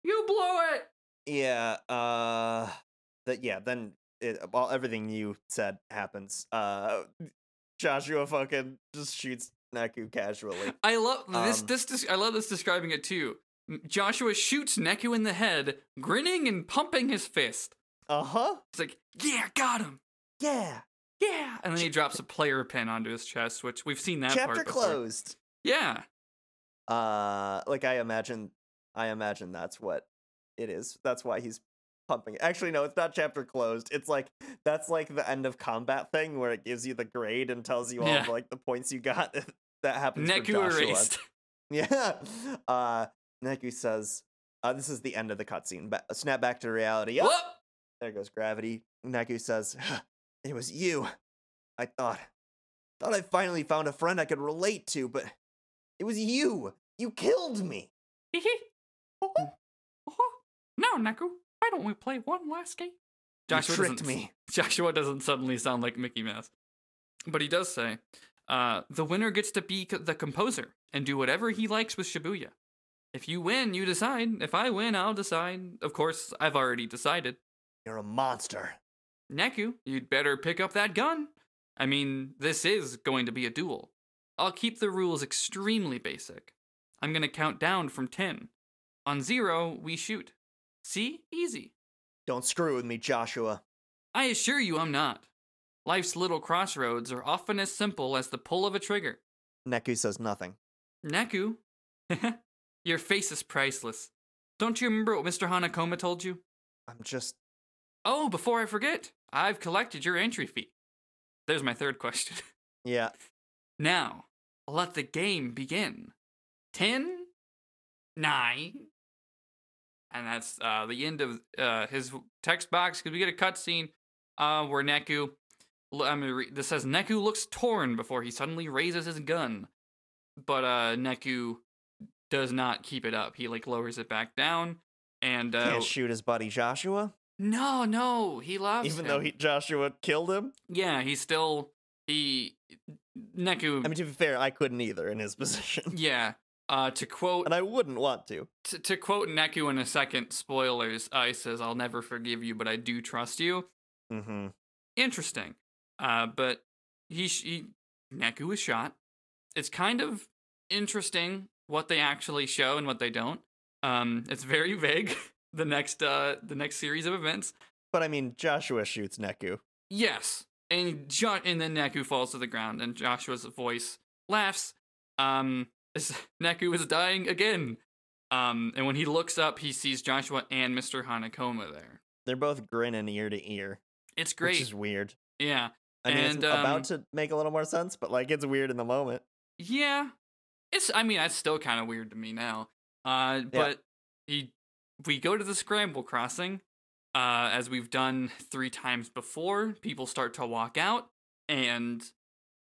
S2: You blow it.
S3: Yeah. Uh, that yeah. Then it, all everything you said happens. Uh, Joshua fucking just shoots Neku casually.
S2: I love this.
S3: Um,
S2: This des- I love this describing it too. M- Joshua shoots Neku in the head, grinning and pumping his fist.
S3: Uh huh.
S2: It's like, yeah, got him,
S3: Yeah.
S2: yeah. And then he drops a player pin onto his chest, which we've seen that
S3: Chapter
S2: part before.
S3: closed.
S2: Yeah,
S3: Uh, like I imagine, I imagine that's what it is. That's why he's pumping. Actually, no, it's not chapter closed. It's like that's like the end of combat thing where it gives you the grade and tells you all
S2: Yeah.
S3: of, like the points you got. that happens. for
S2: Neku
S3: Joshua.
S2: erased.
S3: Yeah. Uh, Neku says, uh, this is the end of the cutscene. Ba- snap back to reality. Yup.
S2: Whoop!
S3: There goes gravity. Neku says, "Huh, It was you. I thought. Thought I finally found a friend I could relate to, but it was you. You killed me.
S4: Hee hee. Oh, oh. Now, Neku, why don't we play one last game?
S2: Joshua
S3: you tricked
S2: doesn't-
S3: me.
S2: Joshua doesn't suddenly sound like Mickey Mouse. But he does say, uh, the winner gets to be c- the composer and do whatever he likes with Shibuya. If you win, you decide. If I win, I'll decide. Of course, I've already decided.
S3: You're a monster.
S2: Neku, you'd better pick up that gun. I mean, this is going to be a duel. I'll keep the rules extremely basic. I'm going to count down from 10. On zero, we shoot. See? Easy.
S3: Don't screw with me, Joshua.
S2: I assure you I'm not. Life's little crossroads are often as simple as the pull of a trigger.
S3: Neku says nothing.
S2: Neku, your face is priceless. Don't you remember what Mr. Hanakoma told you?
S3: I'm just.
S2: Oh, before I forget, I've collected your entry fee. There's my third question.
S3: Yeah.
S2: now, let the game begin. Ten, nine, and that's uh, the end of uh, his text box because we get a cutscene uh, where Neku. l- I'm gonna read. This says Neku looks torn before he suddenly raises his gun, but uh, Neku does not keep it up. He like lowers it back down, and uh,
S3: Can't shoot his buddy Joshua.
S2: no, no, he loves
S3: Even though
S2: him.
S3: he, Joshua killed him.
S2: yeah, he still he Neku.
S3: I mean, to be fair, I couldn't either in his position.
S2: yeah. Uh, to quote
S3: And I wouldn't want to.
S2: to, to quote Neku in a second, spoilers, I says, I'll never forgive you, but I do trust you.
S3: Mm-hmm.
S2: Interesting. Uh, but he, sh- he, Neku is shot. It's kind of interesting what they actually show and what they don't. Um, it's very vague. the next, uh, the next series of events.
S3: But I mean, Joshua shoots Neku.
S2: Yes. And jo- and then Neku falls to the ground, and Joshua's voice laughs. Um, as Neku is dying again. Um, and when he looks up, he sees Joshua and Mr. Hanakoma there.
S3: They're both grinning ear to ear,
S2: It's great.
S3: which is weird.
S2: yeah.
S3: I mean,
S2: And,
S3: it's
S2: um,
S3: about to make a little more sense, but like it's weird in the moment.
S2: Yeah. It's I mean, that's still kind of weird to me now. Uh but he we go to the scramble crossing. Uh as we've done 3 times before, people start to walk out and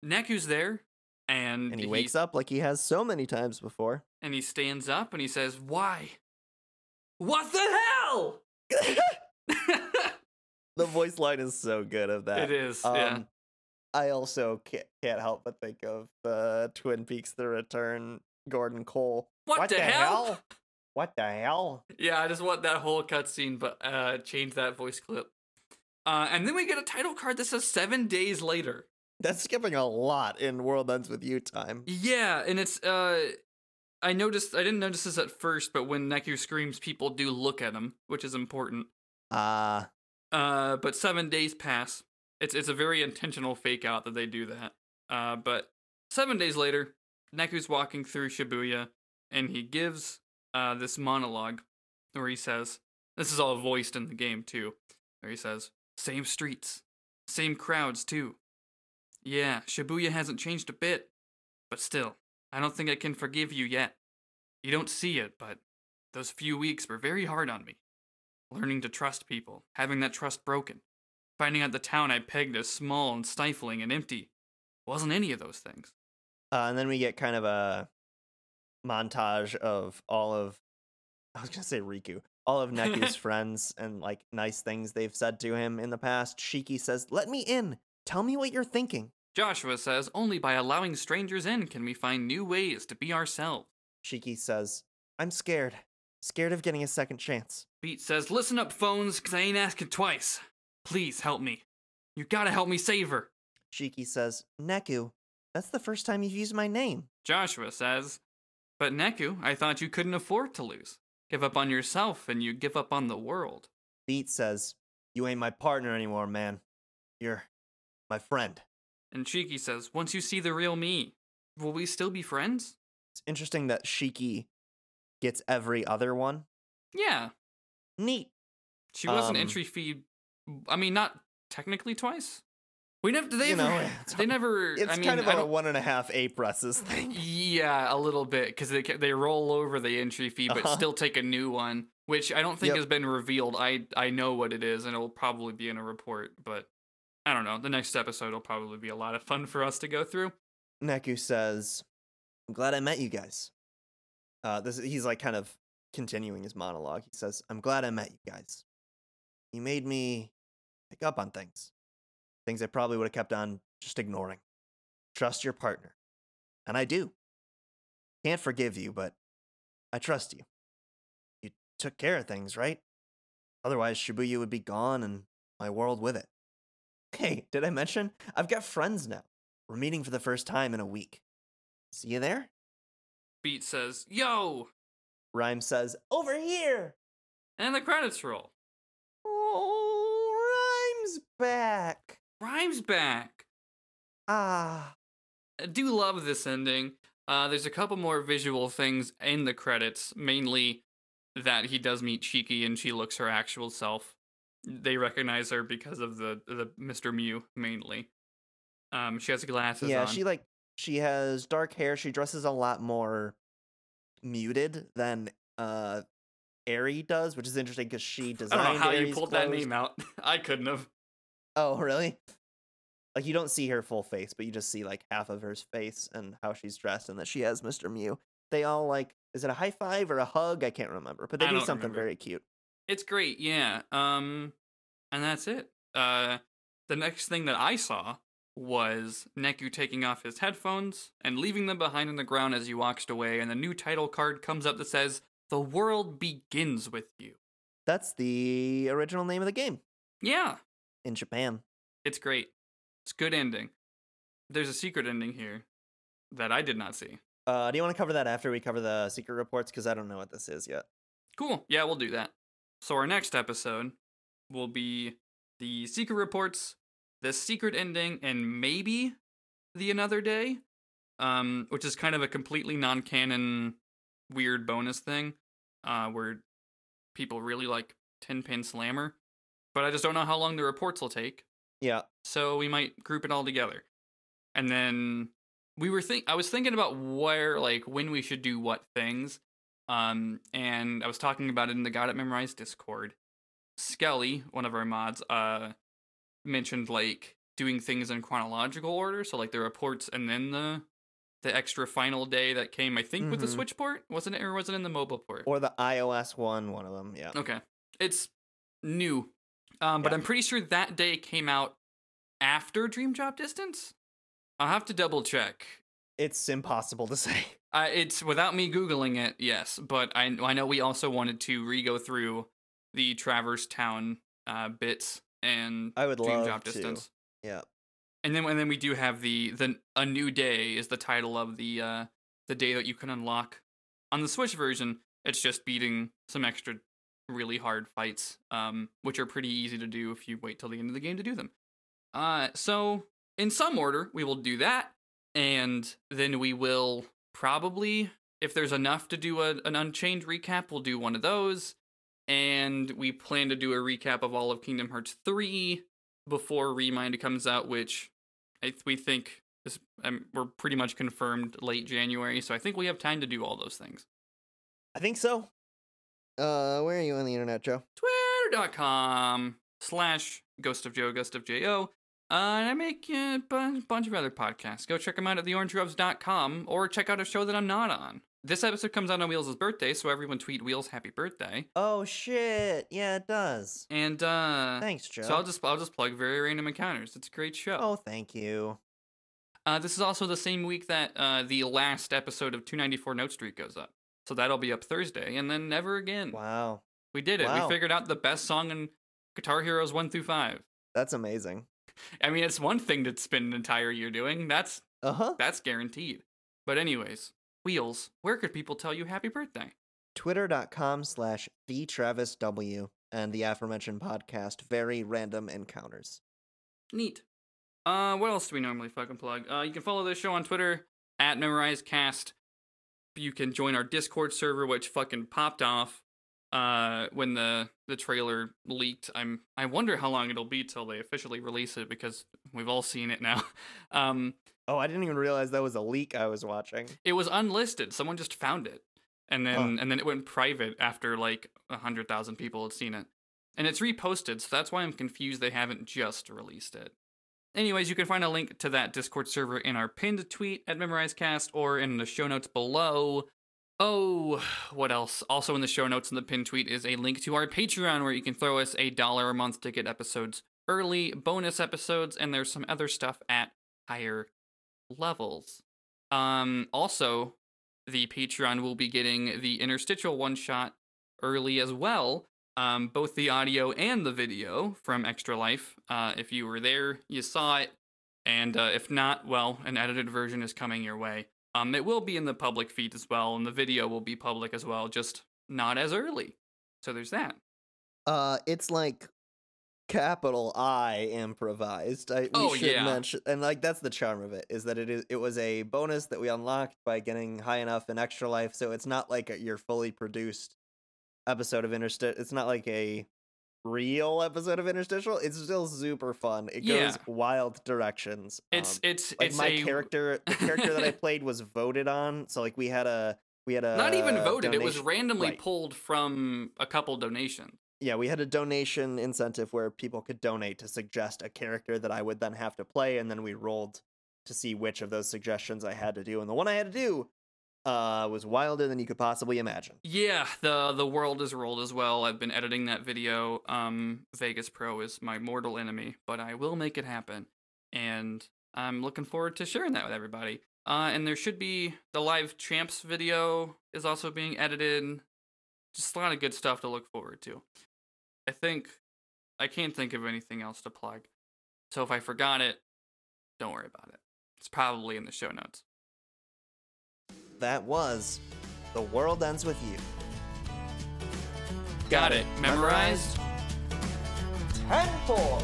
S2: Neku's there and,
S3: And he wakes up like he has so many times before.
S2: and he stands up and he says, "Why? What the hell?"
S3: The voice line is so good of that.
S2: it is, yeah.
S3: Um, I also can't, can't help but think of the Twin Peaks: The Return, Gordon Cole.
S2: What, the, hell?
S3: What the hell?
S2: Yeah, I just want that whole cutscene, but uh, change that voice clip. Uh, and then we get a title card that says seven days later.
S3: That's skipping a lot in World Ends with You time.
S2: Yeah, and it's uh, I noticed I didn't notice this at first, but when Neku screams, people do look at him, which is important.
S3: Uh
S2: Uh, but seven days pass. It's it's a very intentional fake out that they do that. Uh, but seven days later, Neku's walking through Shibuya, and he gives uh, this monologue where he says, "This is all voiced in the game too." Where he says, "Same streets, same crowds too. Yeah, Shibuya hasn't changed a bit, but still, I don't think I can forgive you yet. You don't see it, but those few weeks were very hard on me." learning to trust people, having that trust broken, finding out the town I pegged as small and stifling and empty wasn't any of those things.
S3: Uh, and then we get kind of a montage of all of I was gonna say Riku, all of Neku's friends and like nice things they've said to him in the past. Shiki says, "Let me in. Tell me what you're thinking."
S2: Joshua says only by allowing strangers in can we find new ways to be ourselves.
S3: Shiki says, "I'm scared. Scared of getting a second chance."
S2: Beat says, Listen up, phones, 'cause I ain't asking twice. Please help me. You gotta help me save her.
S3: Shiki says, Neku, that's the first time you've used my name.
S2: Joshua says, But Neku, I thought you couldn't afford to lose. Give up on yourself and you give up on the world.
S3: Beat says, You ain't my partner anymore, man. You're my friend.
S2: And Cheeky says, Once you see the real me, will we still be friends?
S3: It's interesting that Shiki gets every other one.
S2: Yeah.
S3: Neat.
S2: She was an
S3: Um,
S2: entry fee. I mean, not technically twice. We never. They
S3: You know,
S2: never-
S3: it's-
S2: they never.
S3: It's
S2: I mean,
S3: kind of
S2: I
S3: on a
S2: don't-
S3: one and a half ape Russes thing.
S2: Yeah, a little bit because they ca- they roll over the entry fee, but
S3: Uh-huh.
S2: still take a new one, which I don't think
S3: Yep.
S2: has been revealed. I I know what it is, and it'll probably be in a report, but I don't know. The next episode will probably be a lot of fun for us to go through.
S3: Neku says, I'm glad I met you guys. Uh, this he's like kind of continuing his monologue. He says, I'm glad I met you guys. You made me pick up on things. Things I probably would have kept on just ignoring. Trust your partner. And I do. Can't forgive you, but I trust you. You took care of things, right? Otherwise, Shibuya would be gone and my world with it. Hey, did I mention? I've got friends now. We're meeting for the first time in a week. See you there?
S2: Beat says, "Yo,"
S3: Rhyme says, Over here!
S2: and the credits roll.
S3: Oh, Rhyme's back!
S2: Rhymes back.
S3: Ah.
S2: I do love this ending. Uh, there's a couple more visual things in the credits, mainly that he does meet Cheeky and she looks her actual self. They recognize her because of the the Mr. Mew mainly. Um, she has glasses
S3: yeah,
S2: on.
S3: she like, she has dark hair. She dresses a lot more muted than uh Aerie does, which is interesting because she
S2: I
S3: designed
S2: don't know how you
S3: Aerie's
S2: pulled that
S3: clothes.
S2: name out. I couldn't have.
S3: Oh, really? Like you don't see her full face, but you just see like half of her face and how she's dressed and that she has Mr. Mew. They all like is it a high five or a hug? I can't remember, but they
S2: I
S3: do
S2: don't
S3: something
S2: remember.
S3: very cute.
S2: It's great, yeah. Um, and that's it. Uh, the next thing that I saw was Neku taking off his headphones and leaving them behind on the ground as he walked away, and the new title card comes up that says, "The world begins with you."
S3: That's the original name of the game
S2: Yeah,
S3: in Japan.
S2: it's great. It's a good ending. There's a secret ending here that I did not see.
S3: Uh, do you want to cover that after we cover the secret reports? Because I don't know what this is yet.
S2: Cool. Yeah, we'll do that. So our next episode will be the secret reports, the secret ending, and maybe the another day, um, which is kind of a completely non-canon, weird bonus thing, uh, where people really like Ten Pin Slammer, but I just don't know how long the reports will take
S3: Yeah,
S2: so we might group it all together and then we were think i was thinking about where like when we should do what things um and i was talking about it in the got it memorized discord skelly one of our mods uh mentioned like doing things in chronological order so like the reports and then the the extra final day that came i think with the
S3: Mhm.
S2: switch port wasn't it or was it in the mobile port
S3: or the iOS one, one of them. Yeah,
S2: Okay. It's new. Um, but
S3: Yeah.
S2: I'm pretty sure that day came out after Dream Job Distance. I'll have to double check.
S3: it's impossible to say.
S2: Uh, it's without me Googling it, yes. But I, I know we also wanted to re go through the Traverse Town uh, bits and
S3: I would
S2: Dream
S3: love
S2: Job
S3: to.
S2: Distance.
S3: Yeah.
S2: And then and then we do have the, the A New Day is the title of the uh, the day that you can unlock. On the Switch version, it's just beating some extra really hard fights, um, which are pretty easy to do if you wait till the end of the game to do them. Uh, so in some order, we will do that, and then we will probably, if there's enough to do a, an Unchained recap, we'll do one of those, and we plan to do a recap of all of Kingdom Hearts three before Remind comes out, which I th- we think is um, we're pretty much confirmed late January, so I think we have time to do all those things.
S3: I think so. Uh, where are you on the internet, Joe?
S2: twitter.com slash ghost of joe ghost of jo uh, and i make a bu- bunch of other podcasts go check them out at theorangegrubs.com or check out a show that i'm not on this episode comes out on wheels' birthday so everyone tweet wheels happy birthday
S3: Oh shit! Yeah, it does.
S2: and uh
S3: Thanks, Joe.
S2: so i'll just i'll just plug very random encounters it's a great show
S3: Oh, thank you.
S2: Uh, this is also the same week that uh, the last episode of 294 Note Street goes up. So that'll be up Thursday, and then never
S3: Hmm.
S2: again.
S3: Wow,
S2: We did it.
S3: Wow.
S2: We figured out the best song in Guitar Heroes 1 through 5.
S3: that's amazing.
S2: I mean, it's one thing to spend an entire year doing. That's
S3: Uh huh.
S2: that's guaranteed. But anyways, wheels. Where could people tell you happy birthday?
S3: Twitter.com slash the Travis W and the aforementioned podcast, Very Random Encounters.
S2: Neat. Uh, what else do we normally fucking plug? Uh, you can follow this show on Twitter at MemorizeCast. You can join our Discord server, which fucking popped off uh, when the the trailer leaked. I'm I wonder how long it'll be till they officially release it because we've all seen it now. Um,
S3: Oh, I didn't even realize that was a leak I was watching.
S2: it was unlisted. Someone just found it, and then and then it went private after like hundred thousand people had seen it, and it's reposted. So that's why I'm confused they haven't just released it. Anyways, you can find a link to that Discord server in our pinned tweet at MemorizeCast or in the show notes below. Oh, what else? Also in the show notes in the pinned tweet is a link to our Patreon where you can throw us a dollar a month to get episodes early, bonus episodes, and there's some other stuff at higher levels. Um, also, the Patreon will be getting the interstitial one shot early as well. Um, both the audio and the video from Extra Life. Uh, if you were there, you saw it, and uh, if not, well, an edited version is coming your way. Um, it will be in the public feed as well, and the video will be public as well, just not as early. So there's that.
S3: Uh, it's like capital I improvised. I, we
S2: Oh,
S3: should
S2: yeah.
S3: mention, and like that's the charm of it is that it is it was a bonus that we unlocked by getting high enough in extra life, so it's not like a, your fully produced episode of Interstitial. It's not like a real episode of Interstitial. It's still super fun. It
S2: Yeah.
S3: goes wild directions.
S2: It's
S3: um,
S2: it's
S3: like
S2: it's
S3: my
S2: a
S3: character, the character that I played was voted on. So like we had a we had a
S2: not even voted. It was
S3: uh, donation-
S2: randomly
S3: right.
S2: pulled from a couple donations.
S3: yeah, we had a donation incentive where people could donate to suggest a character that I would then have to play, and then we rolled to see which of those suggestions I had to do. And the one I had to do uh, was wilder than you could possibly imagine.
S2: Yeah, the the world is rolled as well. I've been editing that video. Um, Vegas Pro is my mortal enemy, but I will make it happen, and I'm looking forward to sharing that with everybody. Uh, and there should be the live champs video is also being edited. Just a lot of good stuff to look forward to. I think I can't think of anything else to plug. So if I forgot it, don't worry about it. It's probably in the show notes.
S3: That was The World Ends With You.
S2: Got it. Memorized.
S3: Tenfold!